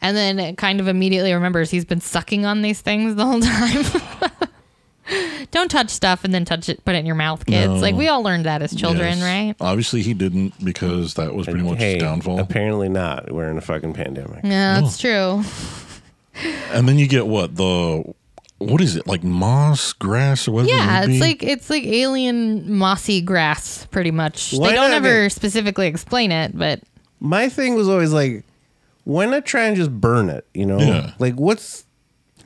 And then it kind of immediately remembers he's been sucking on these things the whole <laughs> time. Don't touch stuff and then touch it, put it in your mouth, kids. Like we all learned that as children,
Yes.
right?
Obviously, he didn't because that was pretty much
hey,
his downfall.
Apparently not. We're in a fucking pandemic.
Yeah, that's true.
and then you get what the what is it like moss grass or whatever? it
Yeah,
would
it's
be?
like it's like alien mossy grass, pretty much.
Why
they don't
not
ever specifically explain it, but
My thing was always like, why not try and just burn it? You know,
Yeah.
like what's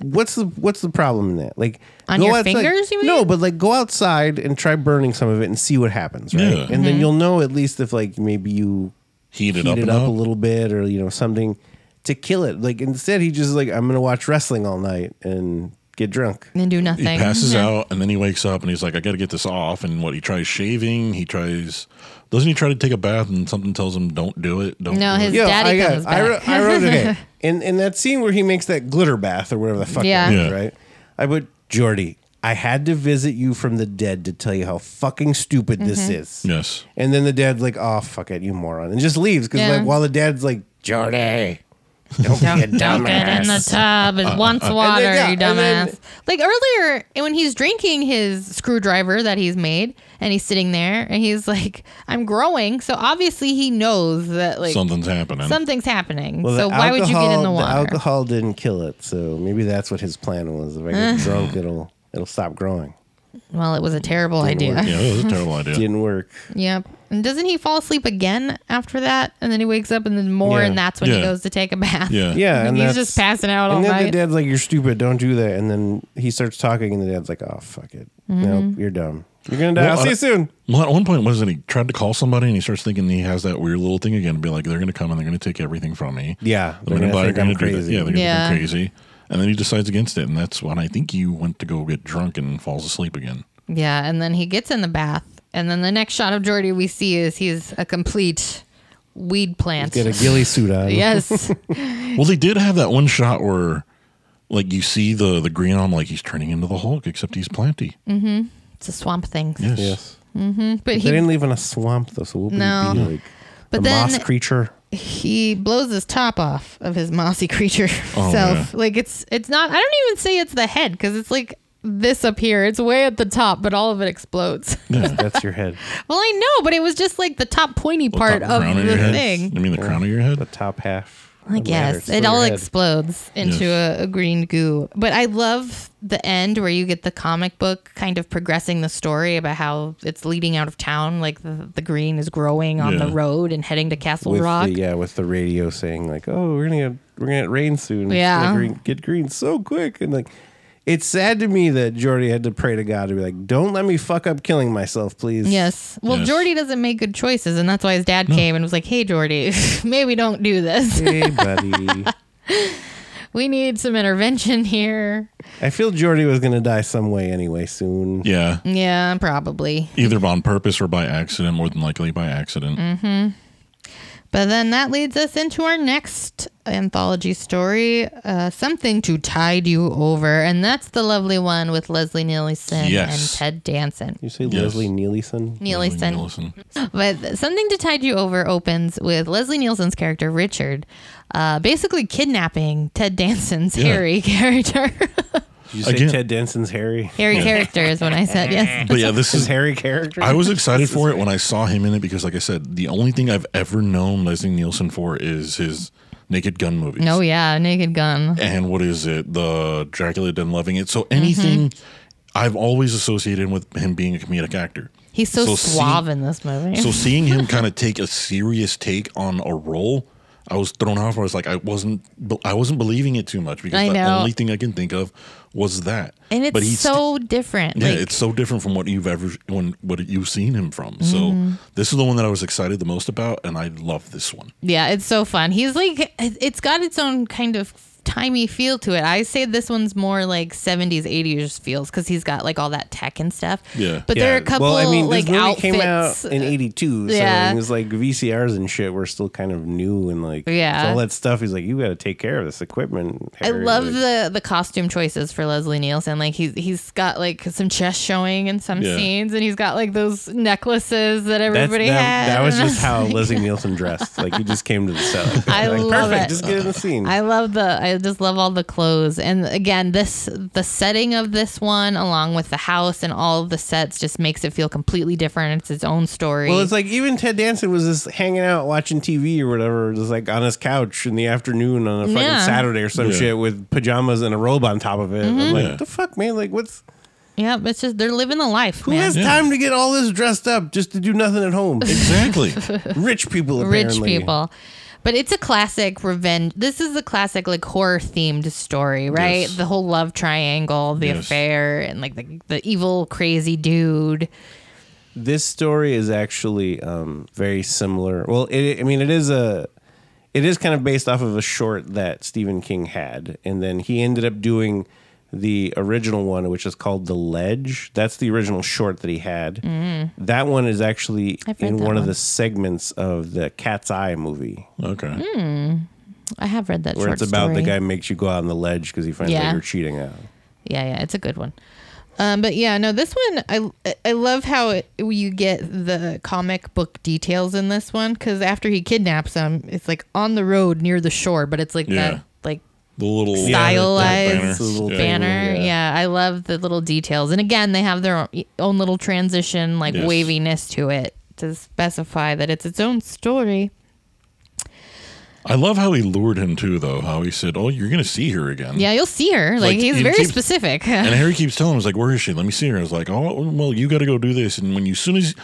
what's the what's the problem in that? Like
On
go
your
outside-
fingers, you mean?
No, but like go outside and try burning some of it and see what happens, right?
Yeah.
And
Mm-hmm.
then you'll know at least if like maybe you
heat it
heat
up,
it
and
up
up.
a little bit or you know something to kill it. Like instead, he just like I'm gonna watch wrestling all night and get drunk.
then do
He
nothing.
passes
Yeah.
out and then he wakes up and he's like, I got to get this off. And what he tries shaving, he tries. Doesn't he try to take a bath and something tells him don't do it? Don't
No,
do
his
it.
daddy
I
comes
I, wrote,
back.
I wrote
<laughs>
it in. in in that scene where he makes that glitter bath or whatever the fuck
Yeah.
that is,
Yeah.
right? I would Jordy, I had to visit you from the dead to tell you how fucking stupid this
Mm-hmm.
is.
Yes.
And then the dad's like, "Oh fuck it, you moron," and just leaves because
Yeah.
like while the dad's like, "Jordy, <laughs> don't, be a
Don't get in the
dumbass."
tub. It
Uh,
wants water,
yeah,
you dumbass.
and then-
like earlier, when he's drinking his screwdriver that he's made, and he's sitting there, and he's like, "I'm growing," so obviously he knows that like
Something's happening.
something's happening.
Well, the
so why would you get in the
alcohol-
water?
alcohol didn't kill it, so maybe that's what his plan was. If I
<laughs>
get drunk, it'll it'll stop growing.
well, it was a terrible idea.
yeah, that was a terrible
<laughs>
idea.
Didn't work.
Yep. And doesn't he fall asleep again after that? And then he wakes up and then more,
Yeah.
and that's when he
Yeah.
goes to take a bath. <laughs>
Yeah.
Yeah, and
and he's
that's-
just passing out all
And then the
night.
dad's like, "You're stupid. Don't do that." And then he starts talking, and the dad's like, "Oh fuck it. No,
Mm-hmm.
you're dumb. You're gonna die.
Well,
I'll see
I-
you soon."
Well, at one point, was it? He tried to call somebody and he starts thinking he has that weird little thing again and be like, they're going to come and they're going to take everything from me.
Yeah, they're
They're going to
gonna
buy
think I'm
going to do that.
crazy.
Yeah, they're going to
Yeah.
think I'm crazy. And then he decides against it. And that's when I think you went to go get drunk and falls asleep again.
yeah. And then he gets in the bath. And then the next shot of Jordy we see is he's a complete weed plant.
Get a ghillie suit on. <laughs>
<laughs> yes.
Well, they did have that one shot where, like, you see the the green on, like he's turning into the Hulk, except he's planty.
Mm. it's a swamp thing.
Yes.
Yes.
<laughs> But
they
he,
didn't live in a swamp though, so we'll
No.
be like
But
a
then-
moss creature.
he blows his top off of his mossy <laughs> creature
Oh,
self. Like it's it's not I don't even say it's the head because it's like this up here. It's way at the top, but all of it explodes. <laughs>
That's your head.
Well, I know, but it was just like the top pointy
The
part
top
of
crown your
the
head.
thing.
I mean, the crown of your head.
The top half.
I guess it all
explodes.
explodes into
Yes.
a, a green goo. But I love the end where you get the comic book kind of progressing the story about how it's leading out of town, like the, the green is growing on the
Yeah.
road and heading to Castle
with
Rock.
The, yeah, with the radio saying like, "Oh, we're gonna get, we're gonna get rain soon. It's
Yeah.
gonna green, get green so quick." And like, it's sad to me that Jordy had to pray to God to be like, "Don't let me fuck up killing myself, please."
Yes. Well,
Yes.
Jordy doesn't make good choices, and that's why his dad came and was like, "Hey, Jordy, <laughs> maybe don't do this. <laughs>
Hey, buddy.
We need some intervention here."
I feel Jordy was gonna die some way anyway soon.
Yeah.
Yeah, probably.
Either on purpose or by accident, more than likely by accident.
Mm. But then that leads us into our next anthology story, uh, Something to Tide You Over. And that's the lovely one with Leslie Nielsen
Yes.
and Ted Danson.
You say
Yes.
Leslie Nielsen?
Nielsen.
Listen.
But Something to Tide You Over opens with Leslie Nielsen's character, Richard, uh, basically kidnapping Ted Danson's
Yeah.
Harry <laughs> character.
Did you say
Again-
Ted Denson's Harry? <laughs>
Harry character is what I said, yes.
But yeah, this
His
is.
Harry character?
I was excited for it when I saw him in it because, like I said, the only thing I've ever known Leslie Nielsen for is his Naked Gun movies.
Oh, yeah, Naked Gun.
and what is it? The Dracula Den loving it. So anything
Mm-hmm.
I've always associated with him being a comedic actor.
He's so,
So
<laughs>
see-
suave in this movie.
So seeing him kind of take a serious take on a role, I was thrown off. I was like, I wasn't, I wasn't believing it too much because
I
the
know.
only thing I can think of was that.
and it's
he's
so different.
yeah,
like,
it's so different from what you've ever when what you've seen him from.
Mm-hmm.
So this is the one that I was excited the most about, and I love this
<laughs>
one.
Yeah, it's so fun. He's like, it's got its own kind of timey feel to it. I say this one's more like 70s, 80s feels because he's got like all that tech and stuff.
Yeah.
But there are a couple
well, I mean,
like
this movie
outfits.
came out in '82, so
Yeah.
it was like VCRs and shit were still kind of new and like
Yeah.
so all that stuff. He's like, you got to take care of this equipment.
I
Harry."
love
Like,
the the costume choices for Leslie Nielsen. Like he's he's got like some chest showing in some
Yeah.
scenes, and he's got like those necklaces that
That's,
everybody
that,
had.
that was
And I <laughs>
just how Leslie Nielson dressed. Like he just came to the set. Like, that.
I
Like,
love
perfect.
it.
Just get in the scene.
I love the I just love all the clothes. And again, this the setting of this one along with the house and all of the sets just makes it feel completely different. It's its own story.
Well, it's like even Ted Danson was just hanging out watching TV or whatever, just like on his couch in the afternoon on a fucking
Yeah.
Saturday or some
Yeah.
shit with pajamas and a robe on top of it. I'm like,
Mm-hmm.
Yeah.
the fuck, man? Like, what's
yeah, it's just they're living the life,
who
man.
has time to get all this dressed up just to do nothing at
<laughs>
home?
Exactly.
Rich people, apparently.
Rich people. But it's a classic revenge. This is a classic like horror themed story, right?
Yes.
The whole love triangle, the
Yes.
affair, and like the, the evil crazy dude.
this story is actually um, very similar. Well, it, I mean, it is a, it is kind of based off of a short that Stephen King had, and then he ended up doing the original one, which is called The Ledge. That's the original short that he had. That one is actually
Mm-hmm. I've read
in
that
one, of
one.
the segments of the Cat's Eye movie,
okay.
Hmm. I have read that
where
short
it's about
story.
the guy makes you go out on the ledge because he finds
Yeah.
out you're cheating out.
Yeah, yeah, it's a good one. Um, but yeah, no, this one I I love how it, you get the comic book details in this one because after he kidnaps him, it's like on the road near the shore, but it's like
Yeah.
that like
The little
stylized
little
Yeah.
thing.
banner.
Yeah.
Yeah. I love the little details, and again, they have their own, own little transition like
Yes.
waviness to it to specify that it's its own story.
I love how he lured him too, though. How he said, "Oh, you're gonna see her again."
Yeah, you'll see her. Like,
Like,
he's
it
very
keeps-
specific. <laughs>
And Harry keeps telling him, "He's like, where is she? Let me see her." I was like, "Oh, well, you got to go do this." And when you soon as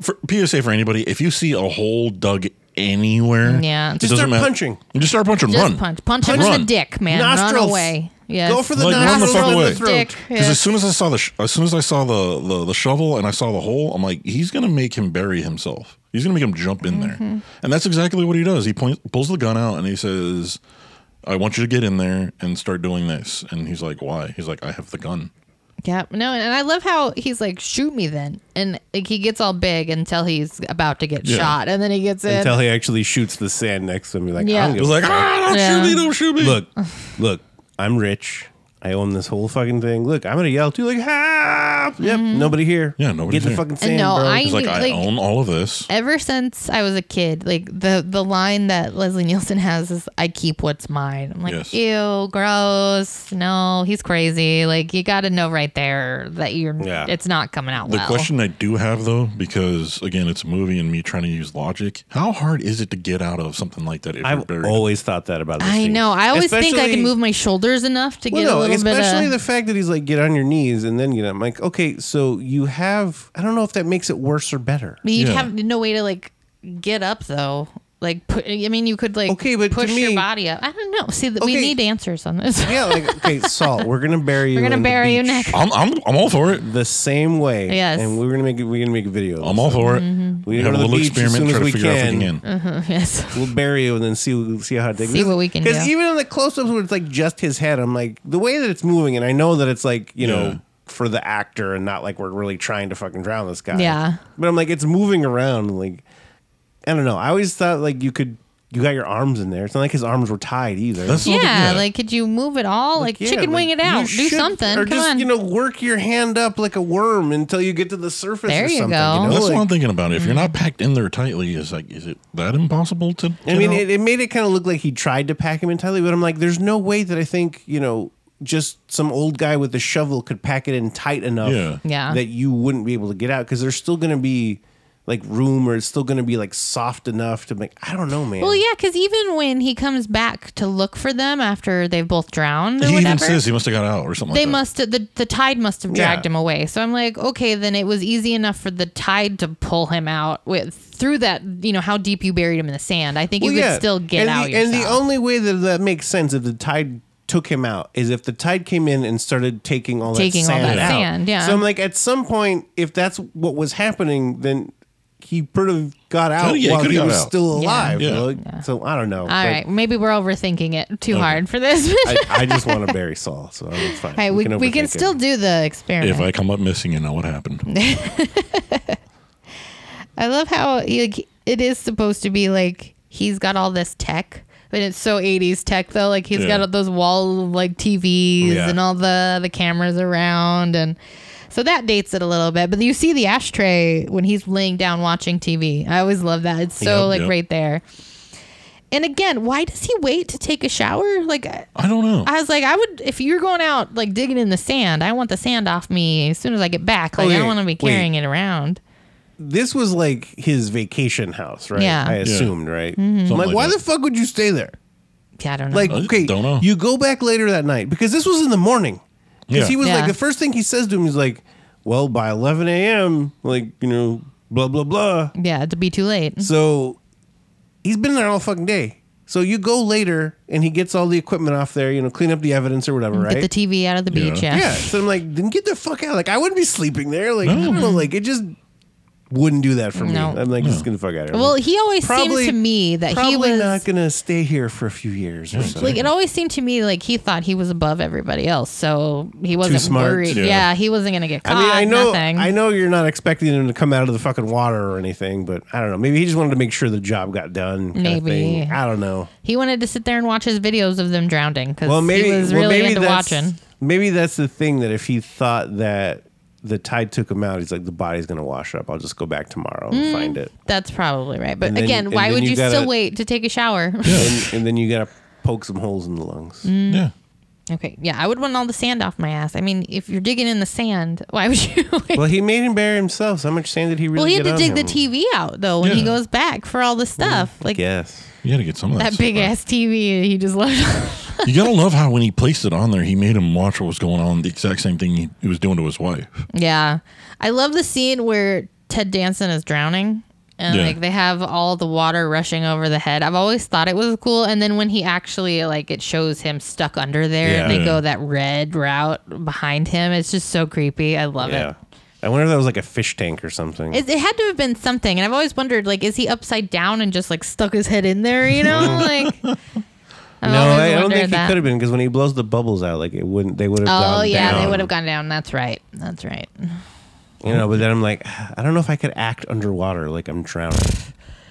for, PSA for anybody, if you see a hole dug anywhere,
Yeah.
it
Just
doesn't
start punching.
You just start punching.
Just
run.
punch, punch him in
Run.
the dick, man. Run
Nostrils.
away. Yes.
Go for the
Like, run the
nostrils
fuck
and
away.
the throat.
Dick.
Because
Yeah.
as soon as I saw the sh- as soon as I saw the, the the shovel and I saw the hole, I'm like, he's gonna make him bury himself. He's gonna make him jump in
Mm-hmm.
there, and that's exactly what he does. He points, pulls the gun out, and he says, "I want you to get in there and start doing this." And he's like, "Why?" He's like, "I have the gun."
Yeah, no, and I love how he's like, shoot me then. And like, he gets all big until he's about to get
Yeah.
shot. And then he gets in.
Until he actually shoots the sand next to him, you're like,
Yeah.
I don't
He
give a
was like, "Ah, don't
Yeah.
shoot me! Don't shoot me!"
look, look, I'm rich. I own this whole fucking thing. Look, I'm gonna yell too, like, help! Yep, nobody here.
Yeah, nobody's
Get the
here.
fucking
and
sand,
Mm-hmm. Uh, no,
bro.
I <laughs>
he's like, "I
like,
own all of this."
ever since I was a kid, like the the line that Leslie Nielsen has is I keep what's mine. I'm like,
Yes.
ew, gross. No, he's crazy. Like you gotta know right there that you're
Yeah.
it's not coming out
The
well.
question I do have though, because again, it's a movie and me trying to use logic. How hard is it to get out of something like that if you're
I've
buried?
always thought that about this.
I
thing.
know. I always think I can
Especially-
move my shoulders enough to
Well,
get a
no,
little
especially
bit
the
of
fact that he's like, get on your knees and then get up. I'm like, okay, so you have, I don't know if that makes it worse or better.
you'd
Yeah.
have no way to like get up though. Like put, I mean, you could like
Okay, but to
push your
me-
body up. I don't know. See, that we
Okay.
need answers on
<laughs>
this. <laughs>
Yeah, like, okay, Salt, we're gonna bury you.
We're gonna
in the
bury you
beach
next.
I'm, I'm I'm all for it.
The same way.
Yes.
And we're gonna make we're gonna make a video.
I'm all for it.
Mm-hmm.
We
have
go
a
to the
little
beach as soon
experiment, try
as
to
we
figure out if we
can.
can.
Uh-huh. yes.
We'll bury you and then see see how it takes.
See what we can
Because
do.
even in the close-ups where it's like just his head, I'm like the way that it's moving, and I know that it's like you
Yeah.
know for the actor and not like we're really trying to fucking drown this guy.
Yeah.
But I'm like it's moving around. and, Like I don't know. I always thought like you could you got your arms in there. It's not like his arms were tied either.
That's
Yeah,
not the-
like could you move it all? Like,
Yeah,
chicken wing
like,
it out.
you
Do
should-
something.
Or
Come
just
on.
you know work your hand up like a worm until you get to the surface.
There
or
you
something,
go.
You know?
That's
Like,
what I'm thinking about. If you're
Mm-hmm.
not packed in there tightly, is like, is it that impossible to?
I
get
mean,
out?
it, it made it kind of look like he tried to pack him entirely, but I'm like, there's no way that I think, you know, just some old guy with a shovel could pack it in tight enough
Yeah.
Yeah.
that you wouldn't be able to get out because there's still going to be like room or it's still going to be like soft enough to make. I don't know, man.
Well, yeah, because even when he comes back to look for them after they've both drowned, or
He even
whatever,
says he must have got out or something
they
like that.
must the the tide must have dragged
Yeah.
him away. So I'm like, okay, then it was easy enough for the tide to pull him out with through that. You know how deep you buried him in the sand. I think
Well,
you
yeah.
could still get
and
out
The,
yourself.
and the only way that that makes sense if the tide took him out is if the tide came in and started taking all
Taking all
that sand
that
out.
sand, yeah.
So I'm like, at some point, if that's what was happening, then he would have got out
Oh, yeah, he
while
could've
he
got
was
out.
still alive.
Yeah.
Like, So I don't know.
All right, maybe we're overthinking it too hard for
<laughs>
this. <laughs>
I, I just want to bury Saul, so it's fine.
Hey, we, we can
overthink it.
still do the experiment.
If I come up missing, you know what happened.
I love how like it is supposed to be like he's got all this tech, but it's so 80s tech though. Like he's
Yeah.
got all those wall like TVs
Yeah.
and all the the cameras around and so that dates it a little bit. But you see the ashtray when he's laying down watching TV. I always love that. It's so
Yep,
like
yep.
right there. And again, why does he wait to take a shower? Like <laughs> I-
I don't know.
I was like, I would if you're going out like digging in the sand, I want the sand off me as soon as I get back. Like I
Okay,
don't want to be
wait.
carrying it around.
This was like his vacation house, right?
Yeah. Mm-hmm.
I
Yeah.
assumed, right? I'm like,
like
why
that.
the fuck would you stay there?
Yeah, I don't know.
Like,
I
okay,
don't know.
you go back later that night because this was in the morning. Because
Yeah.
he was
Yeah.
like, the first thing he says to him is like, well, by 11 a.m., like, you know, blah, blah, blah.
Yeah, to be too late.
So he's been there all fucking day. So you go later and he gets all the equipment off there, you know, clean up the evidence or whatever, right?
Get the TV out of the
Yeah.
beach. Yeah.
yeah. So I'm like, then get the fuck out. Like, I wouldn't be sleeping there. Like, I don't know. Like, it just wouldn't do that for me.
No.
I'm like, just gonna fuck out of here.
Well, he always
Probably-
seemed to me that
probably
he was
not gonna stay here for a few years or something.
like it always seemed to me like he thought he was above everybody else, so he wasn't
smart.
worried.
Yeah.
Yeah. he wasn't gonna get caught.
I mean, I know,
nothing.
I know you're not expecting him to come out of the fucking water or anything, but I don't know. Maybe he just wanted to make sure the job got done. kinda
Maybe.
thing. I don't know.
He wanted to sit there and watch his videos of them drowning because
Well, maybe
he was
well,
really
maybe
into
that's,
watching.
Maybe that's the thing that if he thought that the tide took him out, he's like, the body's gonna wash up. I'll just go back tomorrow
Mm.
and find it.
That's probably right. But
And then-
again,
and
why
then
would
you
you,
gotta-
still wait to take a shower? <laughs>
and, and then you gotta poke some holes in the lungs.
Mm.
yeah.
okay, yeah, I would want all the sand off my ass. I mean, if you're digging in the sand, <laughs> why would you? wait?
Well, he made him bury himself. So how much sand did he really?
Well, he had
get
to
on
dig the
him?
TV out though when he
Yeah.
goes back for all the stuff. like
Yes.
You got to get some of that.
that
stuff
big
out.
ass TV he just left.
You got to love how when he placed it on there, he made him watch what was going on. The exact same thing he, he was doing to his wife.
<laughs> yeah. I love the scene where Ted Danson is drowning and
Yeah.
like they have all the water rushing over the head. I've always thought it was cool and then when he actually like it shows him stuck under there and
Yeah.
they go that red route behind him. It's just so creepy. I love
Yeah.
it.
I wonder if that was like a fish tank or something.
it. It had to have been something and I've always wondered like is he upside down and just like stuck his head in there, you know? like I've
no,
always
I don't
wondered
think
that.
he could have been because when he blows the bubbles out, like it wouldn't. They would have.
Oh
gone
yeah, they
down,
would have gone down. That's right. That's right.
You know, but then I'm like, I don't know if I could act underwater like I'm drowning.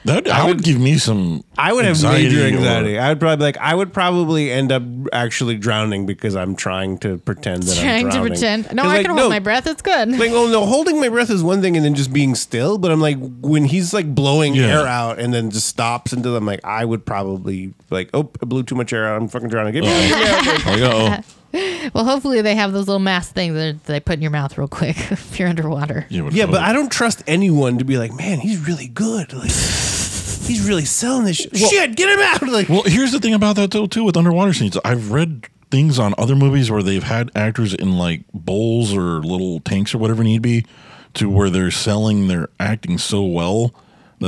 That I would give me some.
I would have major
or-
anxiety. I would probably like I would probably end up actually drowning because I'm trying to pretend that I'm
<laughs> Trying to
drowning.
pretend. No,
'Cause,
I
like,
can hold my breath. It's good.
Like, oh no, holding my breath is one thing, and then just being still. But I'm like, when he's like blowing
Yeah.
air out, and then just stops, and then I'm like, I would probably like, oh, I blew too much air out. I'm fucking drowning. Get me out of here.
like,
<laughs>
uh-oh.
<laughs> Well, hopefully they have those little mask things that they put in your mouth real quick <laughs> if you're underwater.
Yeah,
Yeah, but I don't trust anyone to be like, man, he's really good. Like, he's really selling this shit. shit, get him out. Like,
Well, here's the thing about that though too with underwater scenes. I've read things on other movies where they've had actors in like bowls or little tanks or whatever need be, to where they're selling their acting so well that,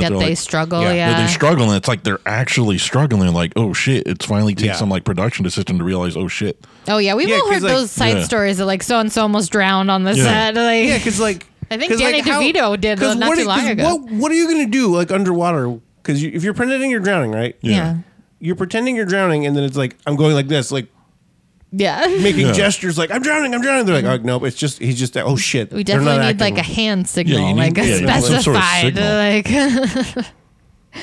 That
they're,
they
like-
struggle,
that
yeah.
they struggle. And it's like they're actually struggling. Like, oh shit! It's finally takes
Yeah.
some like production assistant to realize, oh shit.
Oh yeah, we've
Yeah,
all
'cause,
heard
like-
those side
Yeah.
stories of like so and so almost drowned on the
Yeah.
set. Like,
yeah, because like,
I think
'cause,
Danny
how-
DeVito did
'cause
not
what
too
are-
long
'cause
ago.
What What are you gonna do like underwater? Because you, if you're pretending you're drowning, right?
<laughs> yeah,
You're pretending you're drowning, and then it's like I'm going like this, like
yeah.
<laughs> making
Yeah.
gestures, like I'm drowning, I'm drowning. They're like, oh, nope, it's just he's just oh shit.
we
They're
definitely
not
need like a
acting.
hand signal,
you
like
need-
a
yeah, you need some sort of
specified,
signal.
like. <laughs>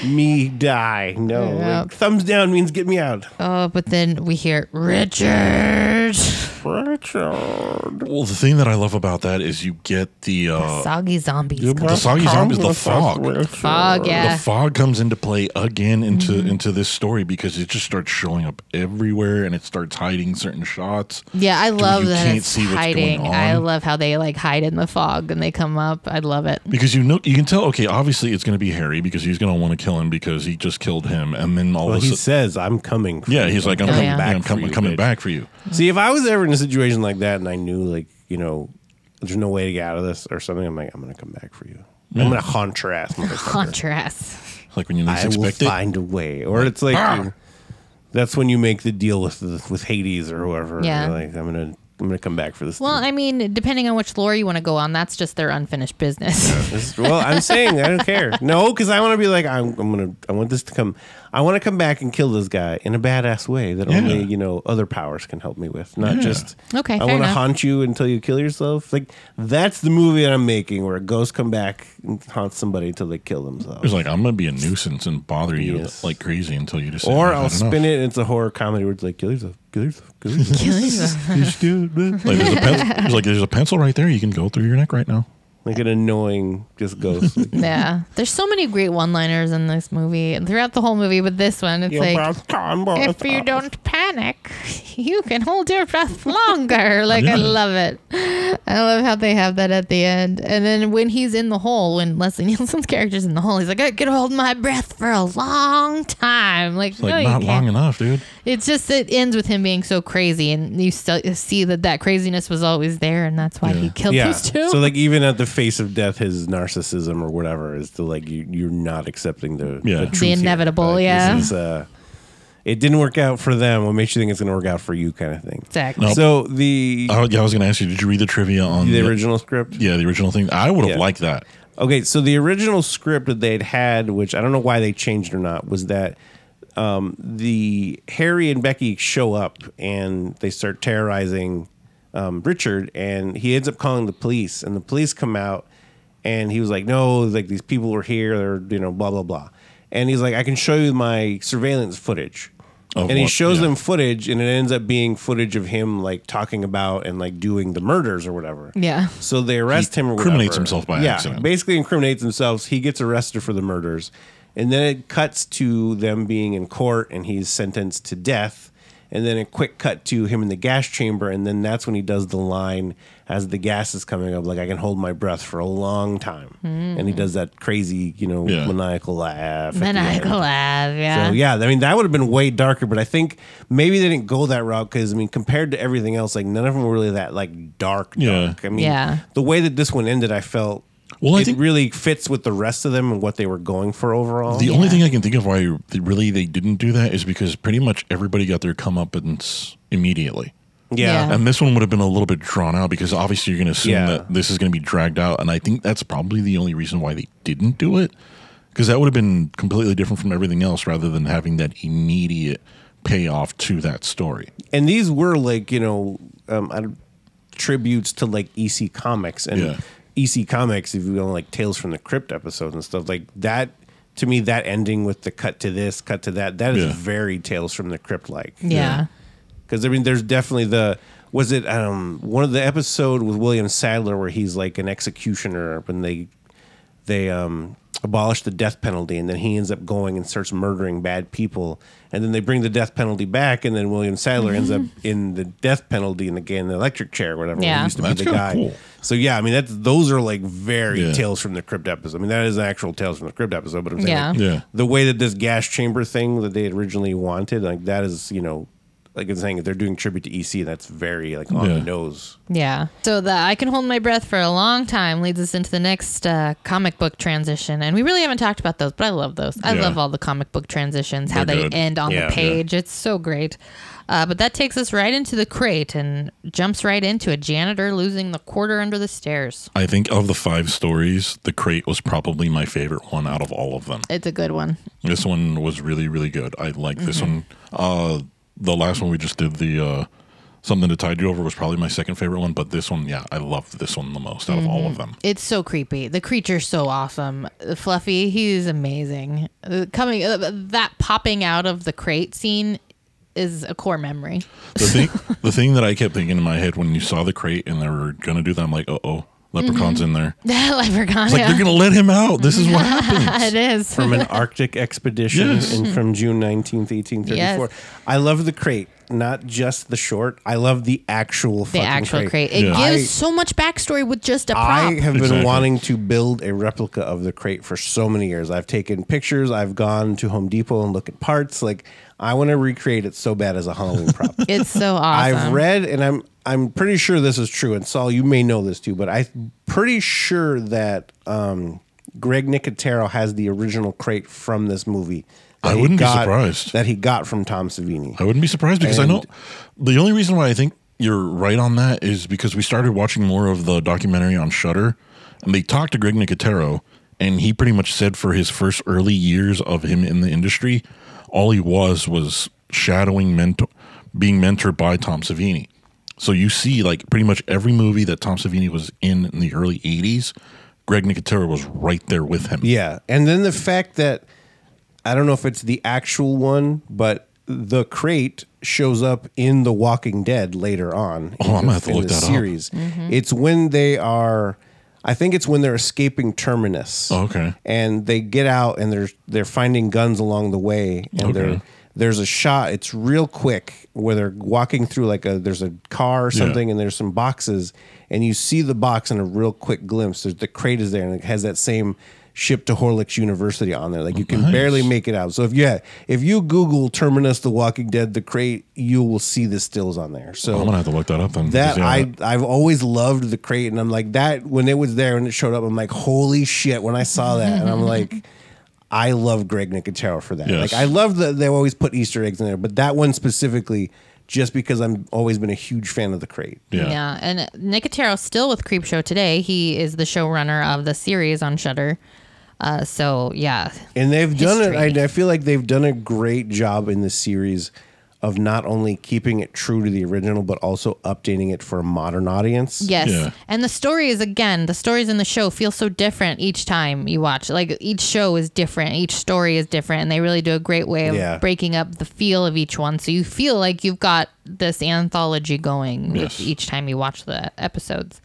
me die. No,
Yeah.
like, thumbs down means get me out.
Uh,
oh, but then we hear Richard.
What? Richard.
Well, the thing that I love about that is you get the uh,
Soggy zombies.
the soggy zombies, the fog.
Fog, yeah. Mm-hmm.
The fog comes into play again into into this story because it just starts showing up everywhere and it starts hiding certain shots.
Yeah, I
to where
love
you
that
can't
it's
see what's going
hiding. I
on.
love how they like hide in the fog and they come up. I love it.
Because you know you can tell, okay, obviously it's going to be Harry because he's going to want to kill him because he just killed him, and then all
Well,
of a
he
sudden,
says, "I'm coming." for
yeah,
you.
he's like, I'm coming
Oh, yeah.
back, I'm
for
coming,
you,
coming
bitch."
back for you.
See, if I was ever in a situation like that and I knew, like, you know, there's no way to get out of this or something, I'm like, I'm gonna come back for you. I'm gonna haunt your ass, motherfucker.
Contrast.
Like when you least
I will
expect it.
find a way. Or it's like you- that's when you make the deal with the, with Hades or whoever.
Yeah.
You're Like I'm gonna I'm gonna come back for this.
Well,
dude.
I mean, depending on which lore you want to go on, that's just their unfinished business.
This- well, I'm saying I don't care. No, because I want to be like I'm. I'm gonna. I want this to come. I want to come back and kill this guy in a badass way that only you know other powers can help me with, not just.
Okay,
I
fair
want to
enough.
haunt you until you kill yourself. Like that's the movie that I'm making where a ghost come back and haunt somebody until they kill
It was
themselves.
like I'm gonna be a nuisance and bother you
Yes.
like crazy until you just
Or I'll spin
<laughs>
it. and It's a horror comedy where it's like kill yourself, kill yourself, kill yourself. Just do it, man.
Like there's, a pen- it's like there's a pencil right there. You can go through your neck right now.
like an annoying just
<laughs>
ghost. Like,
<laughs> yeah. There's so many great one-liners in this movie and throughout the whole movie, but this one, it's
"Your
like
breath can't burn
<laughs>
if you
out."
don't panic, <laughs> you can hold your breath longer. <laughs> Like
Yeah.
I love it. I love how they have that at the end. And then when he's in the hole, when Leslie Nielsen's character's in the hole, he's like, I can hold my breath for a long time. Like,
It's like
no, you
not
can't.
long enough, dude.
It's just it ends with him being so crazy, and you still see that that craziness was always there, and that's why he killed
yeah.
those two.
So like even at the face of death, his narcissism or whatever is the like you you're not accepting the
Yeah. The
truth here.
inevitable,
Like,
yeah.
This is, uh, it didn't work out for them. What makes you think it's going to work out for you? Kind of thing.
Exactly.
Nope.
So the
I, yeah, I was gonna ask you, did you read the trivia on
the original script.
Yeah, the original thing. I would have
Yeah.
liked that.
Okay, so the original script that they'd had, which I don't know why they changed or not, was that um, the Harry and Becky show up and they start terrorizing um, Richard, and he ends up calling the police, and the police come out, and he was like, "No, like these people were here, they're you know blah blah blah," and he's like, "I can show you my surveillance footage."
Of
and he
what-
shows
yeah.
them footage, and it ends up being footage of him like talking about and like doing the murders or whatever.
yeah.
So they arrest him or
incriminates
whatever.
himself by
yeah,
accident.
Basically incriminates themselves. He gets arrested for the murders. And then it cuts to them being in court and he's sentenced to death. And then a quick cut to him in the gas chamber, and then that's when he does the line as the gas is coming up, like I can hold my breath for a long time. And
Hmm.
he does that crazy, you know,
Yeah.
maniacal laugh. at the end.
Maniacal laugh, yeah.
So yeah, I mean that would have been way darker, but I think maybe they didn't go that route because I mean compared to everything else, like none of them were really that like dark.
Yeah.
dark. I mean,
Yeah.
the way that this one ended, I felt
Well, I
it
think-
really fits with the rest of them and what they were going for overall.
The only thing I can think of why they- really they didn't do that is because pretty much everybody got their comeuppance immediately.
yeah.
Yeah.
And this one would have been a little bit drawn out because obviously you're going to assume
Yeah.
that this is going to be dragged out. And I think that's probably the only reason why they didn't do it because that would have been completely different from everything else rather than having that immediate payoff to that story.
and these were like you know um, I don't- tributes to like EC Comics and
Yeah.
EC Comics. If you go on like Tales from the Crypt episodes and stuff like that, to me that ending with the cut to this, cut to that, that is
Yeah.
very Tales from the Crypt like.
yeah.
Because I mean, there's definitely the was it um one of the episode with William Sadler where he's like an executioner when they they um abolish the death penalty and then he ends up going and starts murdering bad people and then they bring the death penalty back and then William Sadler ends up in the death penalty in the in the electric chair or whatever
Yeah.
he used to
That's
be the
kinda
guy.
cool.
So yeah, I mean that's those are like very
Yeah.
tales from the crypt episode. I mean that is an actual tales from the crypt episode, but I'm saying
Yeah.
like,
Yeah.
the way that this gas chamber thing that they had originally wanted, like that is, you know, like I'm saying, if they're doing tribute to EC, that's very like on the
Yeah.
nose.
Yeah. So the I can hold my breath for a long time leads us into the next uh, comic book transition, and we really haven't talked about those, but I love those. I
Yeah.
love all the comic book transitions, how
They're
they
good.
end on
Yeah.
the page. It's so great. Uh, but that takes us right into the crate and jumps right into a janitor losing the quarter under the stairs.
I think of the five stories, The Crate was probably my favorite one out of all of them.
It's a good one.
This one was really, really good. I like this one. Uh, the last one we just did, the uh, something to tide you over, was probably my second favorite one. But this one, yeah, I love this one the most out of all of them.
It's so creepy. The creature's so awesome. Fluffy, he's amazing. Uh, Coming uh, that popping out of the crate scene is a core memory. <laughs>
The thing, the thing that I kept thinking in my head when you saw the crate and they were gonna do that, I'm like, uh oh, leprechaun's in there.
Leprechaun.
It's like
yeah.
they're gonna let him out. This is what happens.
it is.
from
<laughs>
an Arctic expedition
Yes.
and from June 19th, 1834. I love the crate, not just the short. I love the actual
the
fucking
actual crate. It
Yeah.
gives
I-
so much backstory with just a prop.
I have been
Exactly.
wanting to build a replica of the crate for so many years. I've taken pictures, I've gone to Home Depot and looked at parts. Like I want to recreate it so bad as a Halloween prop.
it's so awesome.
<laughs> I've read and I'm I'm pretty sure this is true and Saul you may know this too, but I'm pretty sure that um, Greg Nicotero has the original crate from this movie. that
I
he
wouldn't be surprised.
that he got from Tom Savini.
I wouldn't be surprised because I know
And-
the only reason why I think you're right on that is because we started watching more of the documentary on Shutter, and they talked to Greg Nicotero, and he pretty much said for his first early years of him in the industry, all he was was shadowing mentor, being mentored by Tom Savini. So you see, like pretty much every movie that Tom Savini was in in the early '80s, Greg Nicotero was right there with him.
Yeah, and then the fact that I don't know if it's the actual one, but the crate shows up in The Walking Dead later on.
Oh, I'm gonna have to
in
look
the
that up.
series. It's when they are. I think it's when they're escaping Terminus.
Oh, okay.
And they get out and they're they're finding guns along the way and
Okay.
they're there's a shot. It's real quick where they're walking through like a there's a car or
Yeah.
something, and there's some boxes, and you see the box in a real quick glimpse. There's, the crate is there, and it has that same ship to Horlicks University on there. Like you can
Nice.
barely make it out. So if yeah, if you Google Terminus, The Walking Dead, the crate, you will see the stills on there. So
I'm gonna have to look that up then.
that
'cause, yeah,
I I've always loved the crate, and I'm like that when it was there and it showed up. I'm like, holy shit! When I saw that, and I'm like, I love Greg Nicotero for that.
Yes.
Like I love that they always put Easter eggs in there, but that one specifically, just because I'm always been a huge fan of the crate.
yeah.
Yeah, and Nicotero still with Creepshow today. He is the showrunner of the series on Shudder. Uh, so yeah,
And they've done it.
History.
I, I feel like they've done a great job in this series of not only keeping it true to the original, but also updating it for a modern audience.
yes,
Yeah.
and the stories again, the stories in the show feel so different each time you watch. Like each show is different, each story is different, and they really do a great way of
Yeah.
breaking up the feel of each one, so you feel like you've got this anthology going with
Yes.
each time you watch the episodes.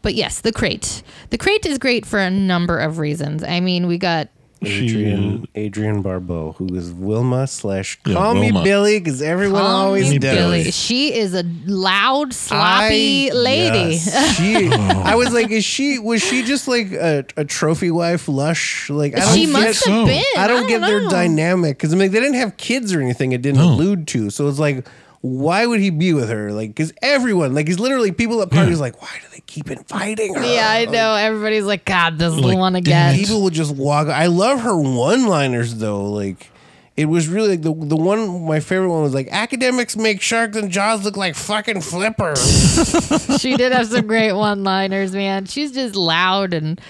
But yes, the crate, the crate is great for a number of reasons. I mean, we got
Adrian Adrian Barbeau, who is Wilma slash
Yeah,
Call Me
Wilma.
Billy, because everyone always
Me
does.
Billy.
She is a loud, sloppy
I-
lady.
yes,
<laughs>
she, I was like, is she? Was she just like a, a trophy wife, lush? Like I don't
She
get-
must
so.
have been.
I don't get their
know.
dynamic because I mean they didn't have kids or anything. It didn't
No.
allude to. So it's like, why would he be with her? Like, because everyone, like, he's literally people at parties. Like, why do they keep inviting her?
Yeah, I know. Everybody's like, God, this is the
Like,
one
damn
again.
it.
people would just walk. I love her one-liners though. Like it was really like the the one my favorite one was like academics make sharks and jaws look like fucking
<laughs>
flippers.
<laughs> she did have some great one-liners, man. She's just loud and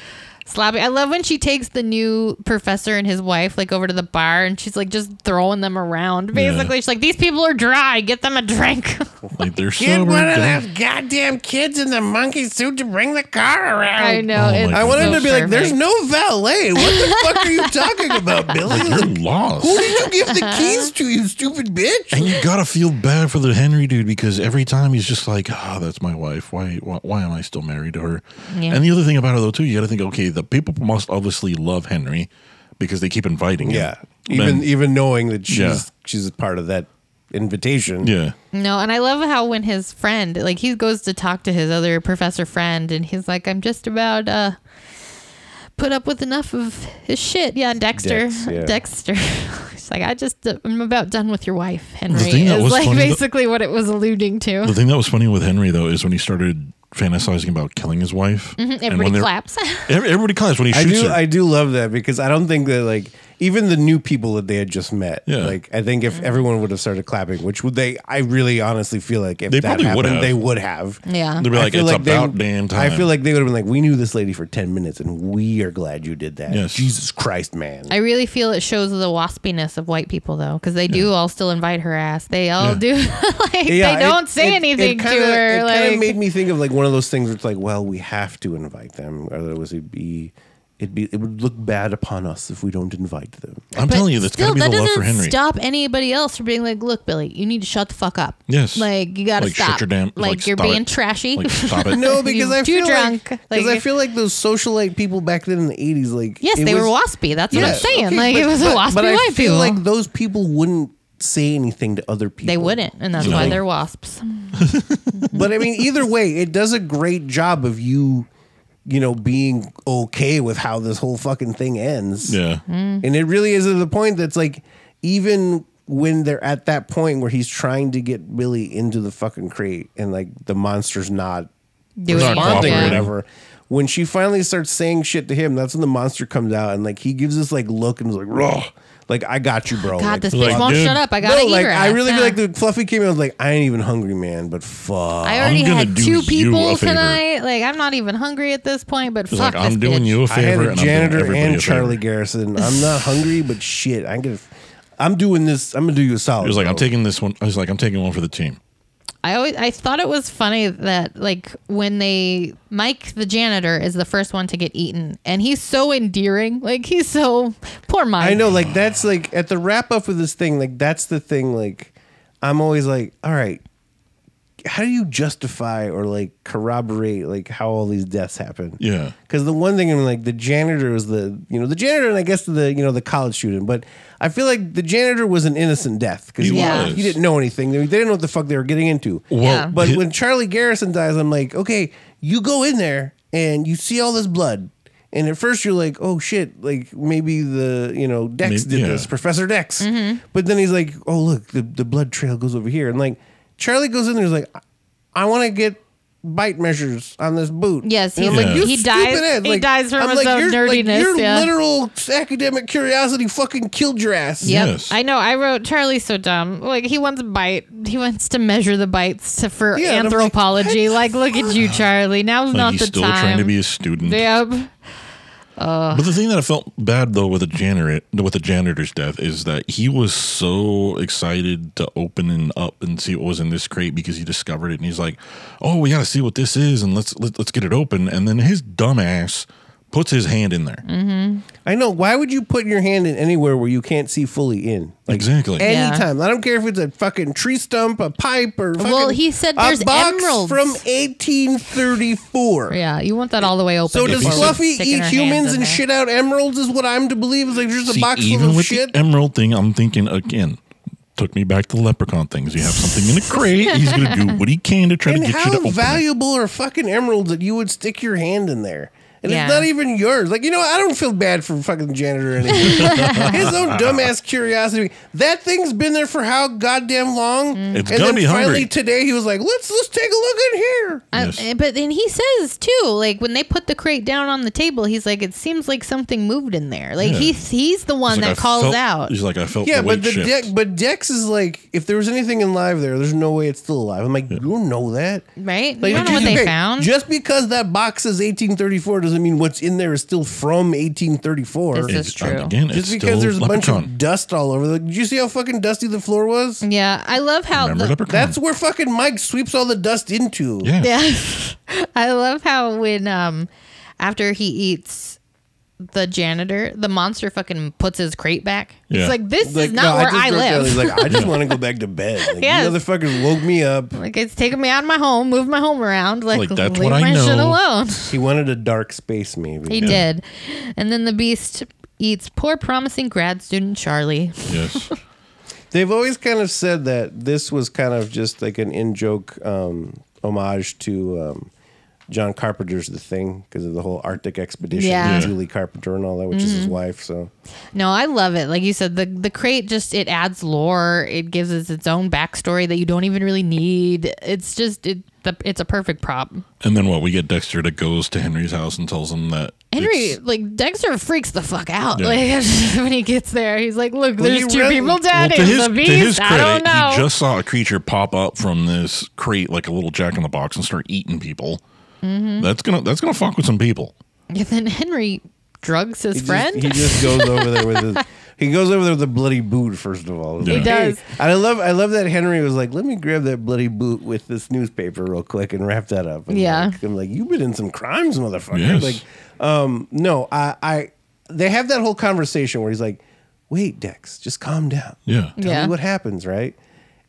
sloppy. I love when she takes the new professor and his wife like over to the bar, and she's like just throwing them around. Basically, she's like, "These people are dry. Get them a drink." <laughs>
Like they're
Get
sober.
one of
dumb.
those goddamn kids in the monkey suit to bring the car around.
I know.
Oh my
it's
God.
I want him
so
to be like, "There's
perfect.
no valet. What
<laughs>
the fuck are you talking about, Billy?
You're
Like, <laughs>
lost.
Who did you give the keys to, you stupid bitch?"
And you gotta feel bad for the Henry dude because every time he's just like, ah, that's my wife. Why, why, why am I still married to her?
Yeah.
And the other thing about her though too, you gotta think, okay, the people must obviously love Henry because they keep inviting him.
even
Then-
even e- knowing that she's
Yeah.
she's a part of that invitation.
yeah,
No, and I love how when his friend, like he goes to talk to his other professor friend and he's like, I'm just about uh put up with enough of his shit. Yeah, Dexter.
Dex, yeah.
Dexter. <laughs> He's like, I just uh, I'm about done with your wife, Henry.
thing that
Is
was
like
funny, though-
basically what it was alluding to.
the thing that was funny with Henry though is when he started fantasizing about killing his wife.
<laughs>
and when
Mm-hmm. Everybody
they're-
claps.
ev- Everybody claps when he
I
shoots
do
her.
I do love that because I don't think that like even the new people that they had just met.
Yeah.
Like I think
Mm-hmm.
if everyone would have started clapping, which would they I really honestly feel like if
They
that
probably
happened,
would have.
they would have.
yeah.
They'd be
I
like,
feel
it's
they-
about damn time.
I feel like they would have been like, we knew this lady for 10 minutes and we are glad you did that.
Yes.
Jesus Christ, man.
I really feel it shows the waspiness of white people though, because they do all still invite her ass. They all
Yeah.
do <laughs> like
Yeah,
they don't
it-
say
it- it
anything
kinda-
to her.
It
like
kind of made me think of like one of those things where it's like, well, we have to invite them, or otherwise it'd be It'd be it would look bad upon us if we don't invite them.
I'm
But
telling you, that's
still,
got to be
that
the love
doesn't
for Henry.
Stop anybody else from being like, "Look, Billy, you need to shut the fuck up."
Yes.
like you gotta
Like, shut
stop.
your damn-
like,
like,
you're
stop
being
it.
trashy.
Like,
<laughs>
stop it.
No, because
because
I
I You're too
feel
feel like- drunk.
like
'cause Like- I
I
feel
feel like those socialite people back then in the '80s, like
yes, they were waspy. That's what I'm saying. like it was a waspy
but I
white
feel
people.
like those people wouldn't say anything to other people.
they wouldn't, and that's
You
why
know.
they're wasps.
But I mean, either way, it does a great job of you, you know, being okay with how this whole fucking thing ends.
Yeah.
Mm.
And it really is at the point that's like, even when they're at that point where he's trying to get Billy into the fucking crate and like the monster's not
Do it.
Not
responding or
cooperating.
Yeah.
whatever. When she finally starts saying shit to him, that's when the monster comes out and like he gives this like look and is like, Ugh. like I got you, bro.
God,
like,
this
Like,
bitch won't
dude.
shut up. I
no,
gotta eat
like
her.
I
ass
really
now.
feel like the fluffy came in. I was like, I ain't even hungry, man. But fuck,
I already
gonna
had
do
two
you a
people
favor.
tonight. Like I'm not even hungry at this point. But
It's
fuck
like,
this
I'm doing
bitch.
you a
I had a
favor. and I'm doing
janitor
everybody a
and
favor.
Charlie Garrison. I'm not hungry, but shit, I'm gonna, I'm doing this. I'm gonna do you a solid.
He was like,
bro.
I'm taking this one. I was like, I'm taking one for the team.
I always I thought it was funny that like when they Mike the janitor is the first one to get eaten and he's so endearing like he's so poor Mike
I know, like that's like at the wrap up of this thing, like that's the thing. Like I'm always like, all right, how do you justify or like corroborate like how all these deaths happen?
Yeah.
Because the one thing, I'm like, the janitor was the, you know, the janitor, and I guess the, you know, the college shooting. But I feel like the janitor was an innocent death because
He
he,
was.
he didn't know anything. They didn't know what the fuck they were getting into.
Well,
But
he-
when Charlie Garrison dies, I'm like, okay, you go in there and you see all this blood. And at first you're like, oh shit, like maybe the, you know, Dex
Maybe-
did
yeah.
this, Professor Dex.
Mm-hmm.
But then he's like, oh, look, the, the blood trail goes over here. And like, Charlie goes in there, he's like, I want to get bite measures on this boot.
Yes,
And I'm
he-
like,
yeah.
"You
he
stupid
dies-
head."
he
Like,
dies from
I'm
his
like,
own
"Your- like,
nerdiness,
your
yeah.
literal academic curiosity fucking killed your ass.
Yep.
Yes.
I know. I wrote Charlie's so dumb. Like he wants a bite. He wants to measure the bites to, for
Yeah, and I'm like,
anthropology. Like, look
<laughs>
at you, Charlie. Now's
like
not
he's
the
still
time.
trying to be a student.
Yep.
But the thing that I felt bad though with the janitor with the janitor's death is that he was so excited to open it up and see what was in this crate because he discovered it and he's like, "Oh, we got to see what this is and let's let, let's get it open." And then his dumbass puts his hand in there.
Mm-hmm. I know. Why would you put your hand in anywhere where you can't see fully in?
Exactly.
Anytime. I don't care if it's a fucking tree stump, a pipe, or fucking
Well, he said there's
a box
emeralds.
from 1834.
Yeah. You want that all the way open.
So does
before
he's
Fluffy
sticking
eat
her hands
humans
in
and
there.
shit out emeralds? Is what I'm to believe? Is like there's a
See,
box
even
full of
with
shit.
the emerald thing, I'm thinking again. Took me back to leprechaun things. You have something in a crate. He's gonna do what he can to try
and
to get you to
how
open it.
valuable are fucking emeralds that you would stick your hand in there? And
Yeah.
it's not even yours. Like, you know, I don't feel bad for fucking janitor or
<laughs>
anything. His own dumbass curiosity. That thing's been there for how goddamn long?
It's
and
gonna
then
be hungry.
finally today he was like, let's let's take a look in here.
Uh,
Yes.
But then he says too, like when they put the crate down on the table, he's like, "It seems like something moved in there." Like
Yeah.
he's he's the
He's
one
like,
that
I
calls
felt-
out.
He's like, I felt
Yeah,
the weight
but the
shift.
Dex, but Dex is like, if there was anything in live there, there's no way it's still alive. I'm like, you don't know that,
Right?
Like,
You don't know what
just-
they
okay,
found.
Just because that box is 1834 doesn't mean what's in there is still from 1834.
This is
It's- uh,
true.
Again, it's
just because
still
there's a bunch <laughs>
leprechaun.
of dust all over. Like, did you see how fucking dusty the floor was?
yeah, I love how
Remember
the,
leprechaun?
That's where fucking Mike sweeps all the dust <laughs> into.
yeah.
<laughs> Yeah. I love how when um after he eats the janitor, the monster fucking puts his crate back. It's
Yeah.
He's like, this
Like,
is not
no,
where
just
I,
wrote down,
live.
he's like,
<laughs>
I just want to go back to bed. Like,
Yes.
You motherfuckers woke me up.
like it's taking me out of my home, move my home around. Like,
Like, that's
leave
what I
my shit
know.
alone.
He wanted a dark space, maybe.
He did. And then the beast eats poor promising grad student Charlie.
Yes.
<laughs>
They've always kind of said that this was kind of just like an in joke um, homage to um, John Carpenter's The Thing because of the whole Arctic expedition,
Yeah.
with
Yeah.
Julie Carpenter and all that, which is his wife. So
No, I love it. Like you said, the the crate just it adds lore. It gives us its own backstory that you don't even really need. It's just it the, it's a perfect prop.
And then what? We get Dexter that goes to Henry's house and tells him that
Henry,
it's-
like Dexter, freaks the fuck out.
Yeah.
Like <laughs> when he gets there, he's like, "Look, there's
you
two
really-
people
Well,
dead.
to
it's
his
a
to
beast.
his
I don't
credit,
know."
he
<laughs>
just saw a creature pop up from this crate like a little jack in the box and start eating people.
Mm-hmm.
That's gonna that's gonna fuck with some people.
and then Henry drugs
He
his
just-
friend. <laughs>
he just goes over there with his. He goes over there with a bloody boot first of all. He's
He
like,
does.
And I love I love that Henry was like, "Let me grab that bloody boot with this newspaper real quick and wrap that up." And
Yeah.
like- I'm like, "You've been in some crimes, motherfucker."
Yes.
Like, um, no, I, I they have that whole conversation where he's like, "Wait, Dex, just calm down."
Yeah.
Tell
Yeah.
me what happens, right?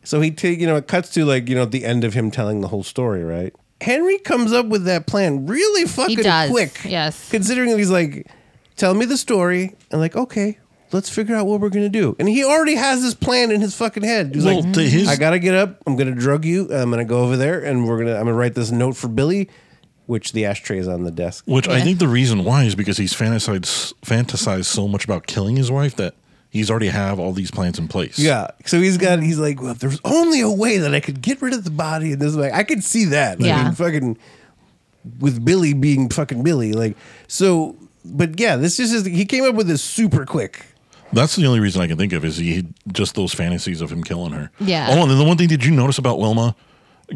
So he, ta- you know, it cuts to like, you know, at the end of him telling the whole story, right? Henry comes up with that plan really fucking
does,
quick.
yes.
Considering that he's like, tell me the story. And like, okay, let's figure out what we're going to do. And he already has this plan in his fucking head. He's
Well,
like,
to his-
I got to get up. I'm going to drug you. I'm going to go over there and we're going to, I'm going to write this note for Billy, which the ashtray is on the desk.
Which I think the reason why is because he's fantasized fantasized so much about killing his wife that he's already have all these plans in place.
Yeah. So he's got. He's like, well, if there's only a way that I could get rid of the body, and this way, I could see that. I
Yeah.
mean, fucking with Billy being fucking Billy, like so. But yeah, this just is. He came up with this super quick.
That's the only reason I can think of is he had just those fantasies of him killing her.
Yeah.
Oh, and then the one thing did you notice about Wilma?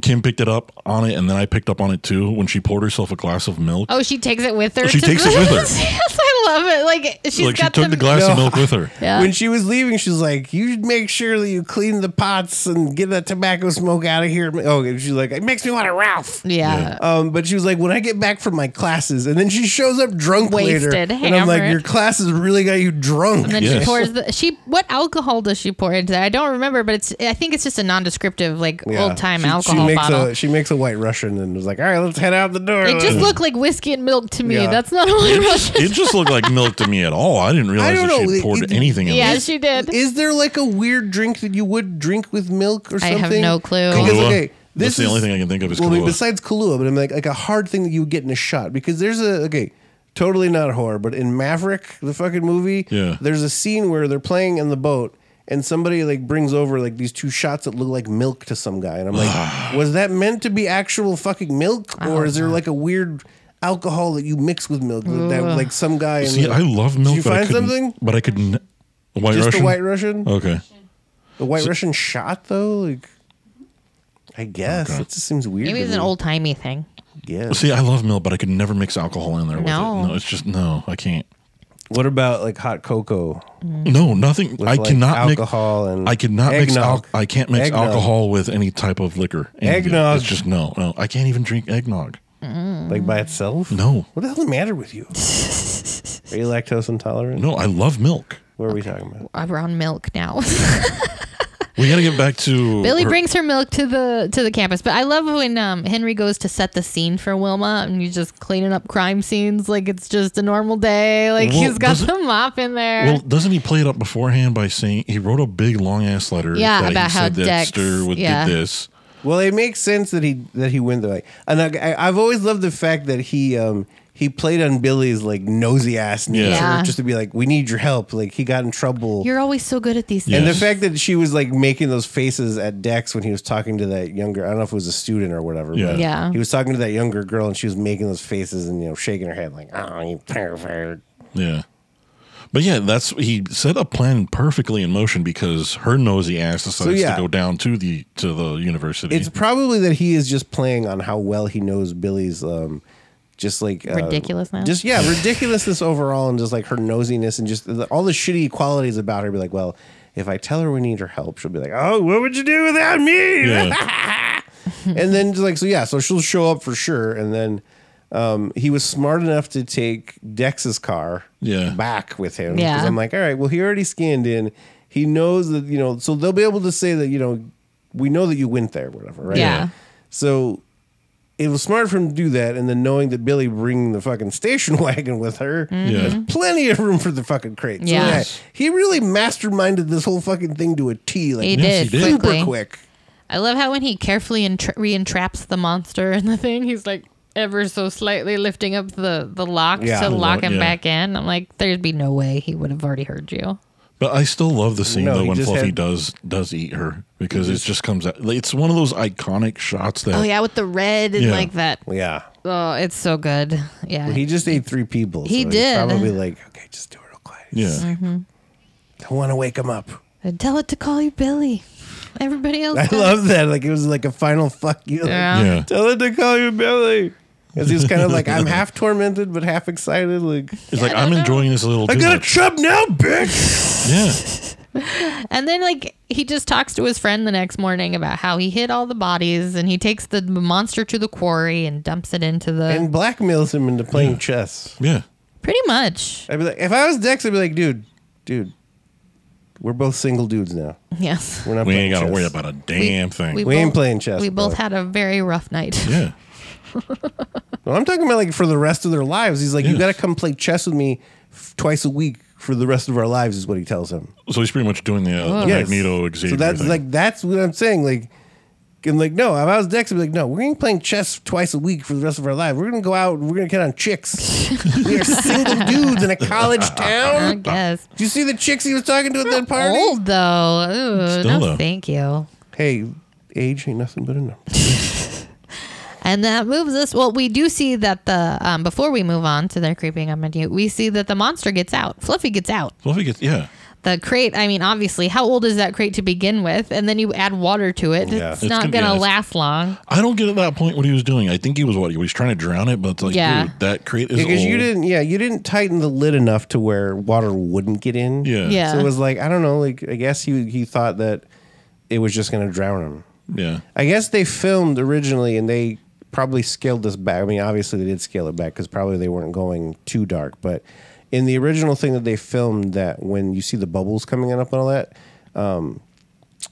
Kim picked it up on it, and then I picked up on it too when she poured herself a glass of milk.
<laughs> Oh, she takes it with her.
She
to
takes it with
<laughs>
her.
yes, I love it. Like she's
like she
got
took the, glass
No.
of milk with her.
<laughs> Yeah.
When she was leaving, she's like, "You should make sure that you clean the pots and get that tobacco smoke out of here." Oh, and she's like, "It makes me want a Ralph."
Yeah.
Um, but she was like, when I get back from my classes, and then she shows up drunk
Wasted,
later, and I'm like,
hammered.
your classes really got you drunk.
And then
Yes.
she pours the she what alcohol does she pour into that? I don't remember, but it's I think it's just a nondescriptive like
Yeah.
old time
She-
alcohol
she makes
bottle.
A, she makes a white Russian and was like, "All right, let's head out the door."
it just looked like whiskey and milk to me.
Yeah.
That's not
<laughs>
only Russian.
It just looked like milk to me at all. I didn't realize
don't
that she
know.
had poured
It-
anything in
Yeah,
this.
she did.
Is there like a weird drink that you would drink with milk or
I
something?
have no clue.
Because,
Kahlua?
okay, this
That's the
is-
only thing I can think of is
well, I mean,
Kahlua.
besides Kahlua, but I'm like like a hard thing that you would get in a shot because there's a okay. Totally not horror, but in Maverick, the fucking movie,
Yeah.
there's a scene where they're playing in the boat and somebody like brings over like these two shots that look like milk to some guy. And I'm
<sighs>
like, was that meant to be actual fucking milk? Or is there like a weird alcohol that you mix with milk that, that, like some guy
See,
the-
I love milk.
Did you
but I
find
couldn't-
something?
But I could. N- white
Just
Russian.
the White Russian?
Okay.
The White Russian shot though, like I guess it just seems weird.
Maybe
to
it's an
me.
old timey thing.
yeah.
See, I love milk, but I could never mix alcohol in there.
No.
With it. No, it's just no. I can't.
What about like hot cocoa?
No, nothing. I
Mm. like,
cannot mix
alcohol and
I cannot mix. Al-
eggnog.
I can't mix
Eggnog.
alcohol with any type of liquor. Any of it.
Eggnog.
It's just no, no. I can't even drink eggnog.
Like by itself?
No,
What the hell's the matter with
<laughs>
you? Are you lactose intolerant?
no. I love milk.
What are we talking about?
Uh, We're on milk now.
<laughs>
We got to get back to
Billy
her-
brings her milk to the to the campus, but I love when um, Henry goes to set the scene for Wilma, and he's just cleaning up crime scenes like it's just a normal day. Like
Well,
he's got
does it-
the mop in there.
Well, doesn't he play it up beforehand by saying he wrote a big long ass letter?
Yeah,
that
about
he
how
said
Dex-
Dexter would
yeah.
did this.
Well, it makes sense that he that he went there. Like, and I, I, I've always loved the fact that he um he played on Billy's like nosy ass nature
Yeah.
just to be like, we need your help. Like he got in trouble.
You're always so good at these things.
Yeah.
And the
Yes.
fact that she was like making those faces at Dex when he was talking to that younger, I don't know if it was a student or whatever.
Yeah.
but
Yeah.
He was talking to that younger girl and she was making those faces and, you know, shaking her head like, oh, you pervert.
Yeah. But yeah, that's he set a plan perfectly in motion because her nosy ass decides
yeah.
to go down to the to the university.
It's probably that he is just playing on how well he knows Billy's, um, just like uh,
Ridiculousness?
Just,
<laughs>
yeah, ridiculousness overall and just like her nosiness and just the, all the shitty qualities about her. Be like, well, if I tell her we need her help, she'll be like, oh, what would you do without me? <laughs>
yeah.
and then like so yeah so she'll show up for sure and then um, he was smart enough to take dex's car
Yeah.
back with him 'Cause
Yeah.
i'm like all right well he already scanned in he knows that you know so they'll be able to say that you know we know that you went there whatever right
Yeah.
so it was smart for him to do that and then knowing that billy bringing the fucking station <laughs> wagon with her
yeah.
plenty of room for the fucking crate so,
Mm-hmm. Yeah.
he really masterminded this whole fucking thing to a t like
He
Yes,
did,
he did.
super
quickly.
quick
I love how when he carefully entra- re-entraps the monster in the thing, he's like ever so slightly lifting up the the lock
Yeah.
to
The
lock
lock,
him
yeah.
back in. I'm like, there'd be no way he would have already heard you.
But I still love the scene
No, he
though when
just
Fluffy
had-
does does eat her because it just comes out. like, It's one of those iconic shots that
Oh yeah, with the red and
Yeah.
like that.
yeah
Oh, it's so good. Yeah.
He just ate three people.
He
so he's
did.
Probably like, okay, just do it real quiet.
yeah.
I want to wake him up. <laughs>
And tell it to call you Billy. Everybody else.
I
does.
love that. Like it was like a final fuck you. Like,
Yeah.
Yeah.
Tell it to call you Billy. Because he's kind of like,
<laughs>
I'm half tormented but half excited. Like,
It's like I'm enjoying this a little.
I
too
got a
much.
chub now, bitch.
Yeah,
And then like he just talks to his friend the next morning about how he hid all the bodies and he takes the monster to the quarry and dumps it into the
And blackmails him into playing chess. <laughs>
yeah.
pretty much.
I'd be like, if I was Dex, I'd be like, dude, dude, we're both single dudes now.
Yes.
We're not.
We
playing
ain't got to
chess.
worry about a damn thing.
We ain't playing chess,
We both
bro.
had a very rough night.
yeah,
Well, I'm talking about like for the rest of their lives. He's like, you
Yeah.
got to come play chess with me f- twice a week for the rest of our lives, is what he tells him.
so he's pretty much doing the, uh, the
Yes.
Magneto Xavier
So that's
thing.
like that's what I'm saying. Like, I'm like, no, if I was Dex, I'd be like, no, we're gonna be playing chess twice a week for the rest of our life. We're gonna go out. and We're gonna get on
<laughs>
chicks. we are single dudes in a college
<laughs> I
town.
<laughs>
guess.
Do you see the chicks he was talking to at that party?
Old though. Ooh,
Still,
no
though.
thank you.
Hey, age ain't nothing but a number.
And that moves us. Well, we do see that the um, before we move on to their creeping up on you, we see that the monster gets out. Fluffy gets out.
well, if he gets yeah,
The crate. I mean, obviously, how old is that crate to begin with? And then you add water to it.
Yeah.
it's,
It's
not
gonna be
gonna
nice.
last long.
I don't get at that point what he was doing. I think he was what he was trying to drown it, but it's like,
Yeah.
dude, that crate is
Because you
old.
didn't, yeah, you didn't tighten the lid enough to where water wouldn't get in.
Yeah.
Yeah.
So it was like I don't know. Like I guess he he thought that it was just gonna drown him.
yeah.
I guess they filmed originally and they probably scaled this back. I mean, obviously they did scale it back because probably they weren't going too dark. But in the original thing that they filmed, that when you see the bubbles coming up and all that, um,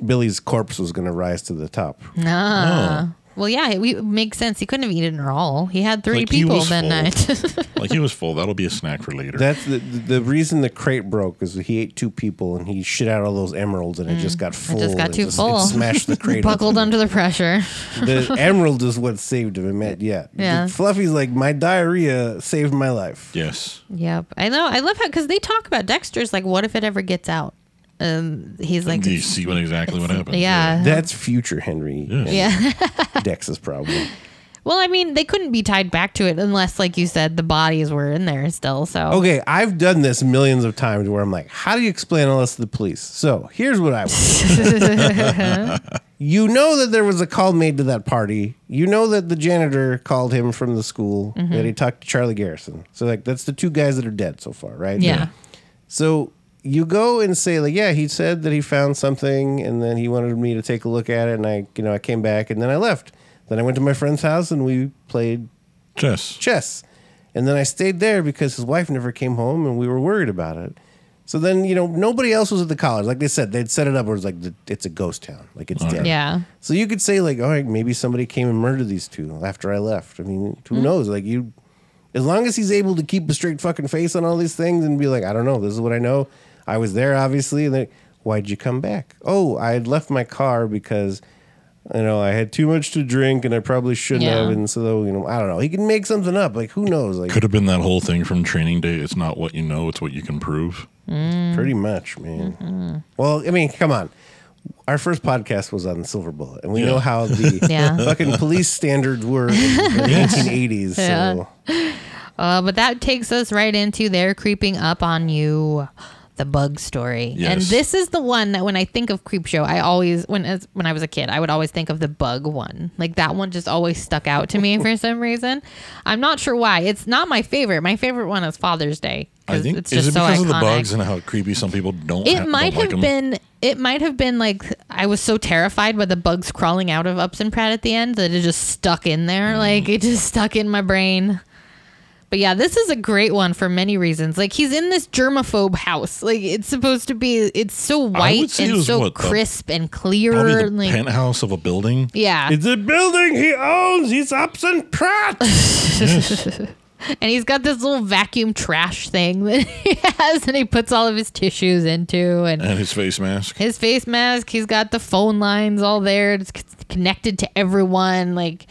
Billy's corpse was going to rise to the top.
Hmm. Uh,
Oh.
Nah. Well, yeah, it, we, it makes sense. He couldn't have eaten her all. He had three
Like, he
people
was
that
full.
night. <laughs>
like he was full. That'll be a snack for later.
That's the, the reason the crate broke is he ate two people and he shit out all those emeralds and it just got full.
Hmm. just got
and
too
it <laughs>
full.
smashed the
<laughs>
crate.
Buckled
open.
under the pressure.
The emerald is what saved him. It meant, yeah.
Yeah.
Fluffy's like, my diarrhea saved my life.
yes.
Yep. I know. I love how because they talk about Dexter's like, what if it ever gets out? Um, he's like,
Do you see what exactly what happened?
yeah.
That's future Henry. and
Yeah.
Dex's problem.
well, I mean, they couldn't be tied back to it unless, like you said, the bodies were in there still. So
Okay, I've done this millions of times where I'm like, how do you explain all this to the police? So here's what I want.
<laughs>
you know that there was a call made to that party. You know that the janitor called him from the school
Mm-hmm.
that he talked to Charlie Garrison. So like that's the two guys that are dead so far, right?
Yeah.
So you go and say like, yeah, he said that he found something, and then he wanted me to take a look at it, and I, you know, I came back, and then I left. Then I went to my friend's house, and we played
Yes.
chess. And then I stayed there because his wife never came home and we were worried about it. So then, you know, nobody else was at the college. Like they said, they'd set it up where it's like, the- it's a ghost town. Like it's dead.
Yeah.
So you could say, like, all right, maybe somebody came and murdered these two after I left. I mean, who knows? Like, you, as long as he's able to keep a straight fucking face on all these things and be like, I don't know, this is what I know. I was there, obviously. And then, why'd you come back? Oh, I had left my car because, you know, I had too much to drink and I probably shouldn't
Yeah.
have. And so, you know, I don't know. He can make something up. Like, who knows? Like,
Could have been that whole thing from Training Day. It's not what you know; it's what you can prove.
Pretty much, man. Well, I mean, come on. Our first podcast was on the Silver Bullet, and we know how the
<laughs> Yeah.
fucking police standards were in
<laughs>
the 1980s. So
Uh, but that takes us right into their creeping up on you, the bug story.
Yes.
And this is the one that when I think of creep show, I always when as, when I was a kid, I would always think of the bug one. Like that one just always stuck out to me
<laughs>
for some reason. I'm not sure why. It's not my favorite. My favorite one is Father's Day.
I
'cause
think
it's
is
just
it
so
because
iconic.
of the bugs and how creepy some people don't. ha-
It
don't
might
like
have
'em?
been. It might have been like I was so terrified by the bugs crawling out of Ups and Pratt at the end that it just stuck in there.
Mm.
Like it just stuck in my brain. But yeah, this is a great one for many reasons. Like he's in this germaphobe house. Like it's supposed to be. It's so
would
white
say it
and
was
so
what, the-
crisp and clear.
probably the
and, like,
penthouse of a building.
yeah,
<laughs>
it's a building he owns. He's ups and Pratt.
<laughs> and he's got this little vacuum trash thing that <laughs> he has, and he puts all of his tissues into, and
And his face mask.
his face mask. He's got the phone lines all there. It's c- connected to everyone. Like,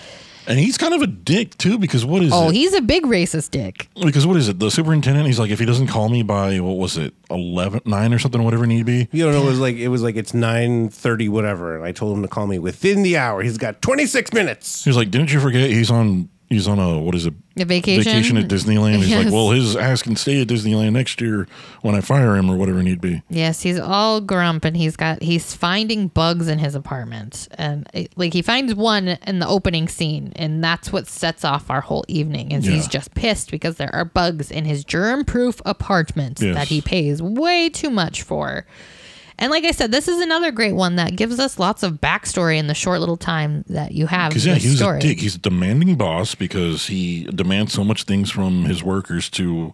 And he's kind of a dick too, because what is
oh,
it?
he's a big racist dick.
because what is it? The superintendent. He's like, if he doesn't call me by what was it, eleven, nine or something, whatever need be.
<laughs> You don't know. It was like it was like it's 9:30, whatever. And I told him to call me within the hour. He's got 26 minutes.
He's like, didn't you forget he's on he's on a what is it
The vacation.
vacation at Disneyland. He's
Yes.
like, well, his ass can stay at Disneyland next year when I fire him or whatever need be.
Yes, he's all grump and he's got he's finding bugs in his apartment. And it, like he finds one in the opening scene and that's what sets off our whole evening is he's
Yeah.
just pissed because there are bugs in his germ-proof apartment
Yes.
that he pays way too much for. And like I said, this is another great one that gives us lots of backstory in the short little time that you have.
Because yeah,
this
he was
story.
a dick. He's a demanding boss because he demands so much things from his workers to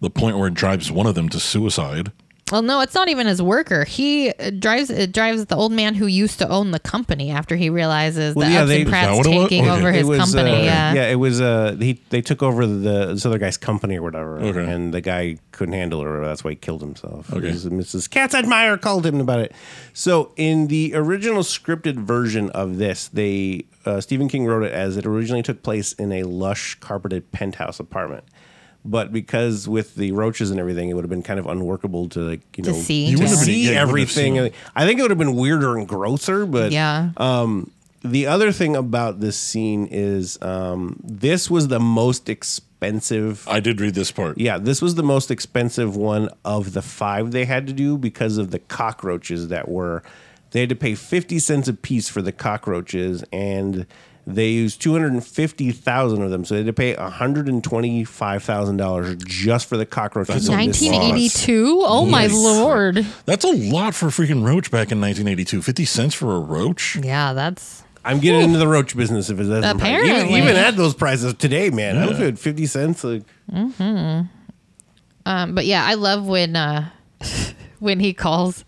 the point where it drives one of them to suicide.
Well, no, it's not even his worker. He uh, drives it drives the old man who used to own the company after he realizes
Well,
that
yeah,
Epps
they-
and
Is
that
Pratt's
what it was?
taking
Okay.
over
It
his company.
uh,
yeah.
it was uh he they took over the this other guy's company or whatever
Okay.
and the guy couldn't handle her that's why he killed himself
Okay.
It was mrs katz admire called him about it so in the original scripted version of this they uh, stephen king wrote it as it originally took place in a lush carpeted penthouse apartment but because with the roaches and everything, it would have been kind of unworkable to like you
To
know
see,
You
to
wouldn't have been- yeah, you
see
wouldn't have
everything.
seen it.
I think it would have been weirder and grosser. But
Yeah.
the other thing about this scene is um, this was the most expensive.
I did read this part.
Yeah, this was the most expensive one of the five they had to do because of the cockroaches that were. They had to pay 50 cents a piece for the cockroaches and they used 250,000 of them. So they had to pay $125,000 just for the cockroaches.
That's
in this scene.
1982. Oh my
Yes.
lord.
That's a lot for a freaking roach back in 1982. 50 cents for a roach?
Yeah, that's
I'm getting into the roach business if it doesn't.
Apparently.
Even, even at those prices today, man. I don't feel 50 cents. Like,
um but yeah, I love when uh <laughs> when he calls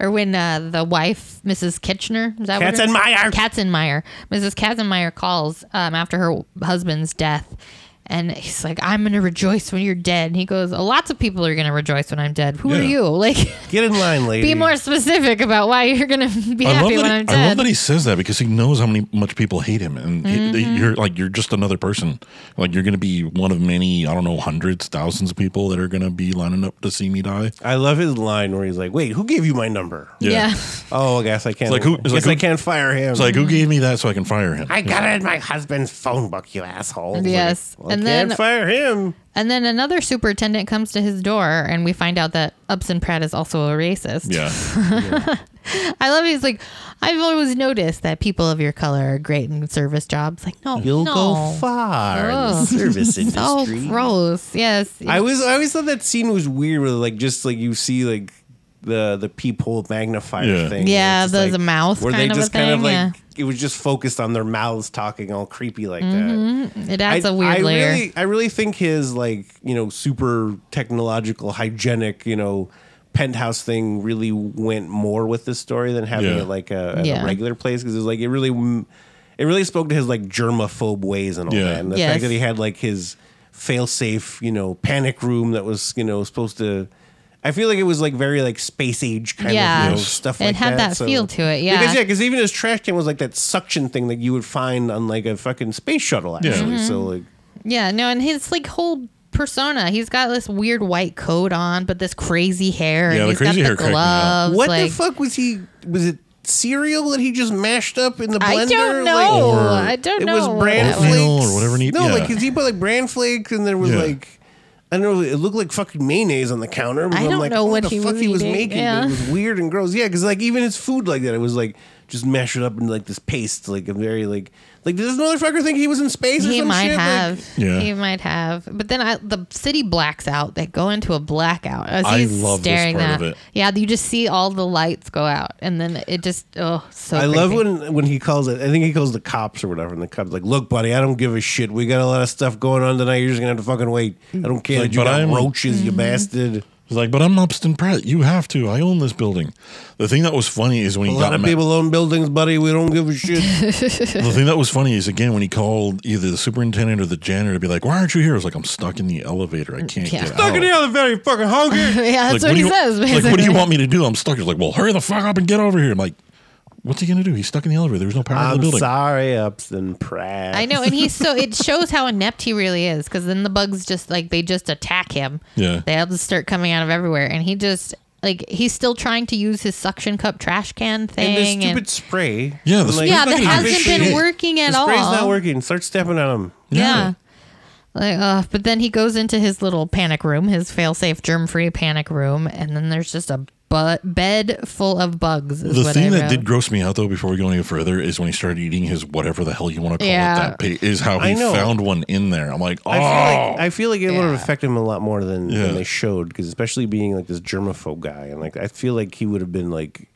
or when uh, the wife, Mrs. Kitchener, is that what her-
Katzenmeier.
Katzenmeyer, Mrs. Katzenmeyer calls um, after her husband's death, and he's like, "I'm gonna rejoice when you're dead." And he goes, "Lots of people are gonna rejoice when I'm dead. Who are
Yeah.
you? <laughs> Like,
get in line, lady.
be more specific about why you're gonna <laughs> be
I love,
happy when
that he,
I'm
I love
dead."
that he says that because he knows how many much people hate him, and he- they-
Mm-hmm.
you're like you're just another person. Like you're going to be one of many. I don't know, hundreds, thousands of people that are going to be lining up to see me die.
I love his line where he's like, "Wait, who gave you my number?"
yeah.
Oh, I guess I can't.
like who- it's
guess
like
I
who-
can't fire him.
It's
Mm-hmm.
like who gave me that so I can fire him?
I got it in my husband's phone book, you asshole. It's
Yes.
like, well,
And
I can't
then-
fire him.
And then another superintendent comes to his door, and we find out that Upson Pratt is also a racist.
yeah,
I love it. He's like, I've always noticed that people of your color are great in service jobs. Like, no,
You'll
no.
go far in
<laughs>
the
Ugh.
service
So
industry.
gross. Yes.
I was I always thought that scene was weird, where like just like you see like the the peephole magnifier
Yeah.
thing.
Yeah,
It's just,
there's a mouth
Where
kind
they
of a
just kind of
thing,
like
yeah.
it was just focused on their mouths talking all creepy like
Mm-hmm.
that.
it adds a weird layer.
Really, I really think his like you know super technological hygienic you know penthouse thing really went more with this story than having
Yeah.
it like a, at
Yeah.
a regular place because it was like it really m- it really spoke to his like germaphobe ways and all
Yeah.
that and the
Yes.
fact that he had like his fail-safe you know panic room that was you know supposed to. I feel like it was like very like space age kind
Yeah.
of you know,
Yes.
stuff
It
like
had that
so-
feel to it, yeah.
because yeah, because even his trash can was like that suction thing that you would find on like a fucking space shuttle actually.
Yeah.
Mm-hmm.
So like
yeah. No, and his like whole persona, he's got this weird white coat on, but this crazy hair.
Yeah,
and
the
he's
crazy
got
hair
the
cracked me up.
gloves.
what
like,
the fuck was he was it cereal that he just mashed up in the blender?
I
Like,
don't know.
Or-
I don't
it
know.
was bran
That
Oatmeal
flakes
or whatever he-
No,
yeah.
like cause he put like bran flakes and there was
Yeah.
like I don't know. It looked like fucking mayonnaise on the counter. But
I
I'm
don't
like,
know what
the
he
fuck
was
he was
eating,
making.
yeah.
But it was weird and gross. Yeah, because like even his food like that, it was like just mash it up into like this paste, like a very like like does this motherfucker think he was in space? or
he
some
might
shit? Like,
have.
Yeah.
He might have. But then I, the city blacks out. They go into a blackout. As
I
he's
love this
staring
part
at,
of it.
Yeah, you just see all the lights go out, and then it just oh so.
I love
creepy.
when when he calls it. I think he calls the cops or whatever, and the cops like, "Look, buddy, I don't give a shit. We got a lot of stuff going on tonight. You're just gonna have to fucking wait. I don't care
Like,
that you
but
got
I'm- Mm-hmm.
roaches, you bastard.
he's like, but I'm Upston Pratt. You have to. I own this building. The thing that was funny is when
A
he
lot
got
of
mad.
people own buildings, buddy. We don't give a
<laughs>
shit.
the thing that was funny is again when he called either the superintendent or the janitor to be like, "Why aren't you here?" I was like, "I'm stuck in the elevator. I can't
Yeah.
get
Stuck
out."
Fucking hell, I'm very fucking
<laughs>
hungry.
<laughs> yeah, that's
Like,
what, he
do you-
says.
Like, what do you
basically.
want me to do? I'm stuck. He's like, well, hurry the fuck up and get over here. I'm like, what's he gonna do? He's stuck in the elevator. There's no power in the
I'm
building.
sorry, Upson Pratt.
I know, and he's so it shows how inept he really is because then the bugs just like they just attack him.
Yeah.
they all just start coming out of everywhere, and he just like he's still trying to use his suction cup trash can
And this
thing.
stupid
and-
spray.
Yeah, the
I'm
spray's
yeah,
not
that
gonna do
hasn't been
shit.
working
The
at all.
spray's not working. Start stepping on him.
Yeah. Like, uh, but then he goes into his little panic room, his fail-safe, germ-free panic room, and then there's just a bu- bed full of bugs. Is
The
what
thing
I
that
wrote.
did gross me out though, before we go any further, is when he started eating his whatever the hell you want to call
Yeah.
it. That pa- is how
I
he
know.
found one in there. I'm like, oh,
I feel like I feel like it would have
Yeah.
affected him a lot more than,
Yeah.
than they showed because especially being like this germaphobe guy and like I feel like he would have been like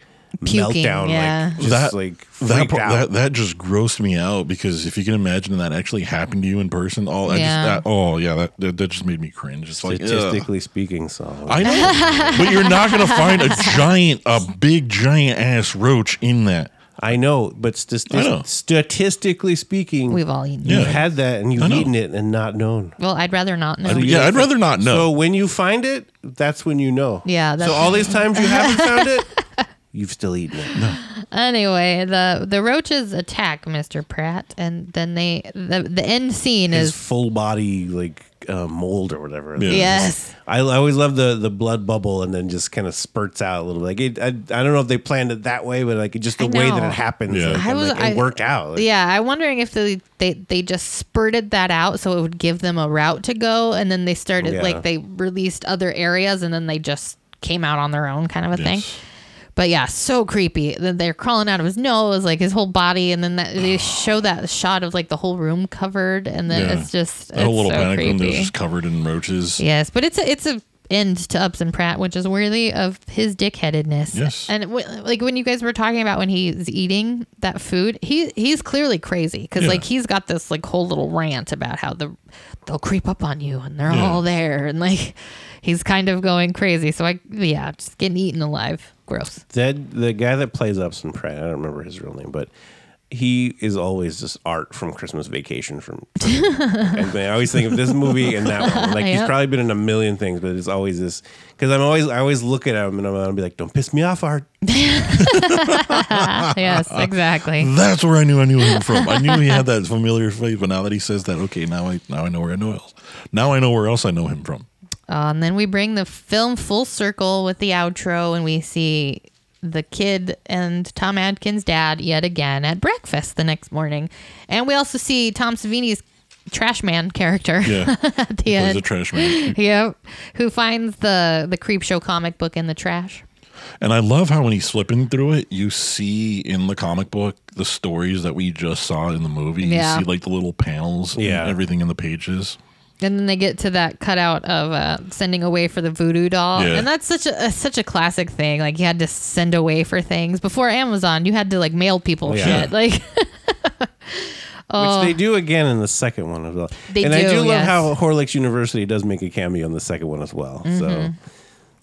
Puking,
meltdown
yeah.
like just
that
like
that,
freaked
part-
out.
that that just grossed me out because if you can imagine that actually happened to you in person, all I
Yeah.
just that, oh yeah, that, that that just made me cringe. It's like ugh.
statistically speaking, so
<laughs>
I know, but you're not gonna find a giant, a big giant ass roach in that.
I know, but stati-
I know.
statistically speaking,
we've all eaten.
you've
Yeah.
had that and
I
you've
know.
eaten it and not known.
Well, I'd rather not know.
yeah, I'd rather not know.
So when you find it, that's when you know.
Yeah,
so
that's-
all these times you
<laughs>
haven't found it, you've still eaten it.
Anyway, the the roaches attack Mr. Pratt, and then they the, the end scene
His
is
full body like uh, mold or whatever.
Yeah.
yes.
I, I always love the the blood bubble and then just kind of spurts out a little bit. Like it, I, I don't know if they planned it that way, but like it, just the
I
way that
know.
it happens,
Yeah.
like,
I
and,
was-
like, it
I-
worked out. Like,
Yeah, I'm wondering if they, they they just spurted that out so it would give them a route to go, and then they started
Yeah.
like they released other areas, and then they just came out on their own, kind of a
Yes.
thing. But yeah, so creepy. Then they're crawling out of his nose, like his whole body, and then that, they
<sighs>
show that shot of like the whole room covered, and then
Yeah.
it's just
that whole
it's
little
so
panic
creepy.
room that was just covered in roaches.
Yes, but it's a it's a end to Ups and Pratt, which is worthy of his dickheadedness.
Yes.
and w- like when you guys were talking about when he's eating that food, he he's clearly crazy because
Yeah.
like he's got this like whole little rant about how the they'll creep up on you and they're
Yeah.
all there and like he's kind of going crazy. So I yeah, just getting eaten alive,
<laughs>
gross.
That the guy that plays Upson Pratt, I don't remember his real name, but he is always just art from Christmas Vacation. From,
<laughs>
and I always think of this movie and that one. Like he's
Yep.
probably been in a million things, but it's always this because I'm always I always look at him and I'm gonna be like, "Don't piss me off, art."
yes, exactly.
That's where I knew I knew him from. I knew
<laughs>
he had that familiar face, but now that he says that, okay, now I now I know where I know else. Now I know where else I know him from.
Uh, and then we bring the film full circle with the outro, and we see the kid and Tom Adkins' dad yet again at breakfast the next morning. And we also see Tom Savini's trash man character <laughs>
Yeah,
at the
he's a
end.
trash man.
yep. Who finds the, the creep show comic book in the trash.
And I love how when he's flipping through it, you see in the comic book the stories that we just saw in the movie.
Yeah.
You see like the little panels
Yeah.
and everything in the pages.
And then they get to that cutout of uh, sending away for the voodoo doll,
Yeah.
and that's such a, a such a classic thing. Like you had to send away for things before Amazon. You had to like mail
Oh,
people
Yeah.
shit. Like
Which they do again in the second one as well.
Oh. They
and I
do,
do love
yes.
how Horlicks University does make a cameo in the second one as well. So,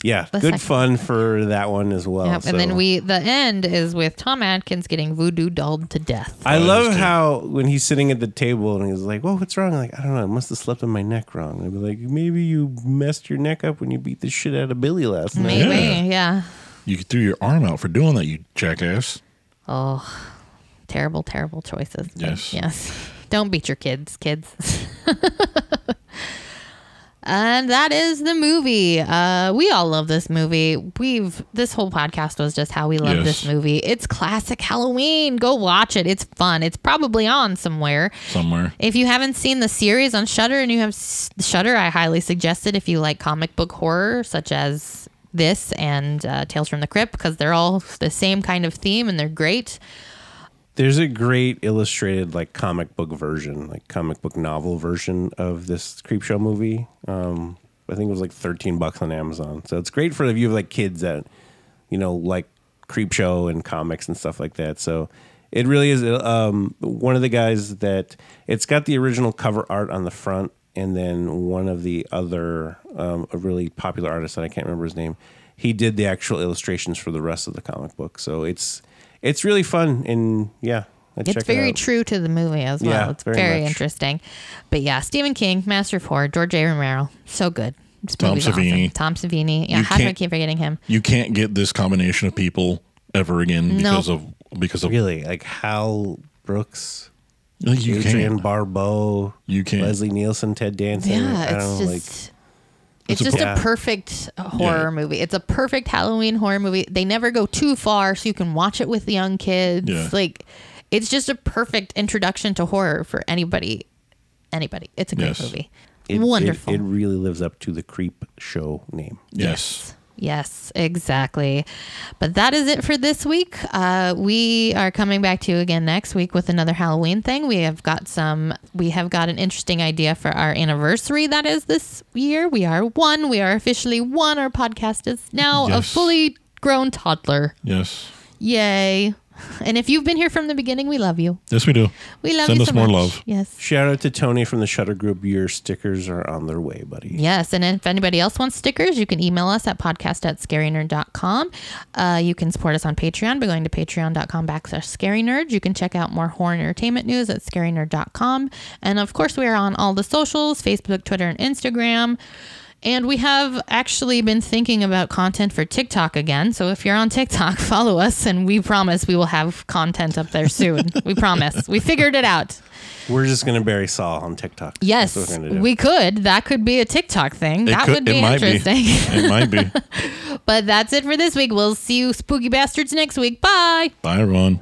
yeah,
The
good
Mm-hmm. second
fun for that one as well.
Yep, and
So-
then we the end is with Tom Atkins getting voodoo dolled to death.
I
Oh,
love
that's cute.
how when he's sitting at the table and he's like, "Well, what's wrong?" I'm like, I don't know. I must have slept on my neck wrong. And I'd be like, "Maybe you messed your neck up when you beat the shit out of Billy last night."
Maybe,
Yeah.
yeah.
You threw your arm out for doing that, you jackass.
Oh, terrible, terrible choices. but
Yes.
yes. Don't beat your kids, kids. <laughs> and that is the movie. Uh, we all love this movie. We've this whole podcast was just how we love
Yes.
this movie. It's classic Halloween. Go watch it. It's fun. It's probably on somewhere.
Somewhere.
If you haven't seen the series on Shudder and you have s- Shudder, I highly suggest it if you like comic book horror such as this and uh, Tales from the Crypt because they're all the same kind of theme and they're great.
There's a great illustrated like comic book version, like comic book novel version of this Creepshow movie. Um, I think it was like 13 bucks on Amazon. So it's great for if you have like kids that you know like Creepshow and comics and stuff like that. So it really is um, one of the guys that it's got the original cover art on the front, and then one of the other um, a really popular artist that I can't remember his name. He did the actual illustrations for the rest of the comic book. So it's it's really fun and yeah, I'd
It's
check it
very
out.
true to the movie as well.
Yeah,
it's
very
very,
much.
interesting. But yeah, Stephen King, Master of Horror, George A. Romero, so good. This
Tom
movie's awesome.
Savini.
Tom Savini. Yeah,
You
how do I
can't-
keep forgetting him?
You can't get this combination of people ever again because of because of
Really, like Hal Brooks,
Like, you
Adrian
can't.
Barbeau,
You can't.
Leslie Nielsen, Ted Danson. I
Yeah, it's
don't know, like
just it's,
It's a
just
yeah.
a perfect horror
Yeah.
movie. It's a perfect Halloween horror movie. They never go too far, so you can watch it with young kids.
Yeah.
Like it's just a perfect introduction to horror for anybody. anybody. It's a great
Yes.
movie.
It- it-
Wonderful.
It, really lives up to the creep show name.
Yes.
Yes, exactly. But that is it for this week. Uh, we are coming back to you again next week with another Halloween thing. We have got some. We have got an interesting idea for our anniversary. That is this year. We are one. We are officially one. Our podcast is now a
Yes.
fully grown toddler.
Yes.
Yay! And if you've been here from the beginning, we love you.
Yes, we do.
We love
Send
you
us
so
more
much.
love.
Yes.
Shout out to Tony from the Shutter Group. Your stickers are on their way, buddy.
Yes. And if anybody else wants stickers, you can email us at podcast at scarynerd.com. Uh, you can support us on Patreon by going to patreon.com backslash scary nerd. You can check out more horror and entertainment news at scarynerd.com. And of course, we are on all the socials Facebook, Twitter, and Instagram. And we have actually been thinking about content for TikTok again. So if you're on TikTok, <laughs> follow us and we promise we will have content up there soon. we promise. We figured it out.
We're just going to bury Saul on TikTok. That's what
Yes,
we're gonna do.
we could. That could be a TikTok thing. that would be interesting. <laughs>
it might be.
but that's it for this week. We'll see you spooky bastards next week. Bye.
Bye, everyone.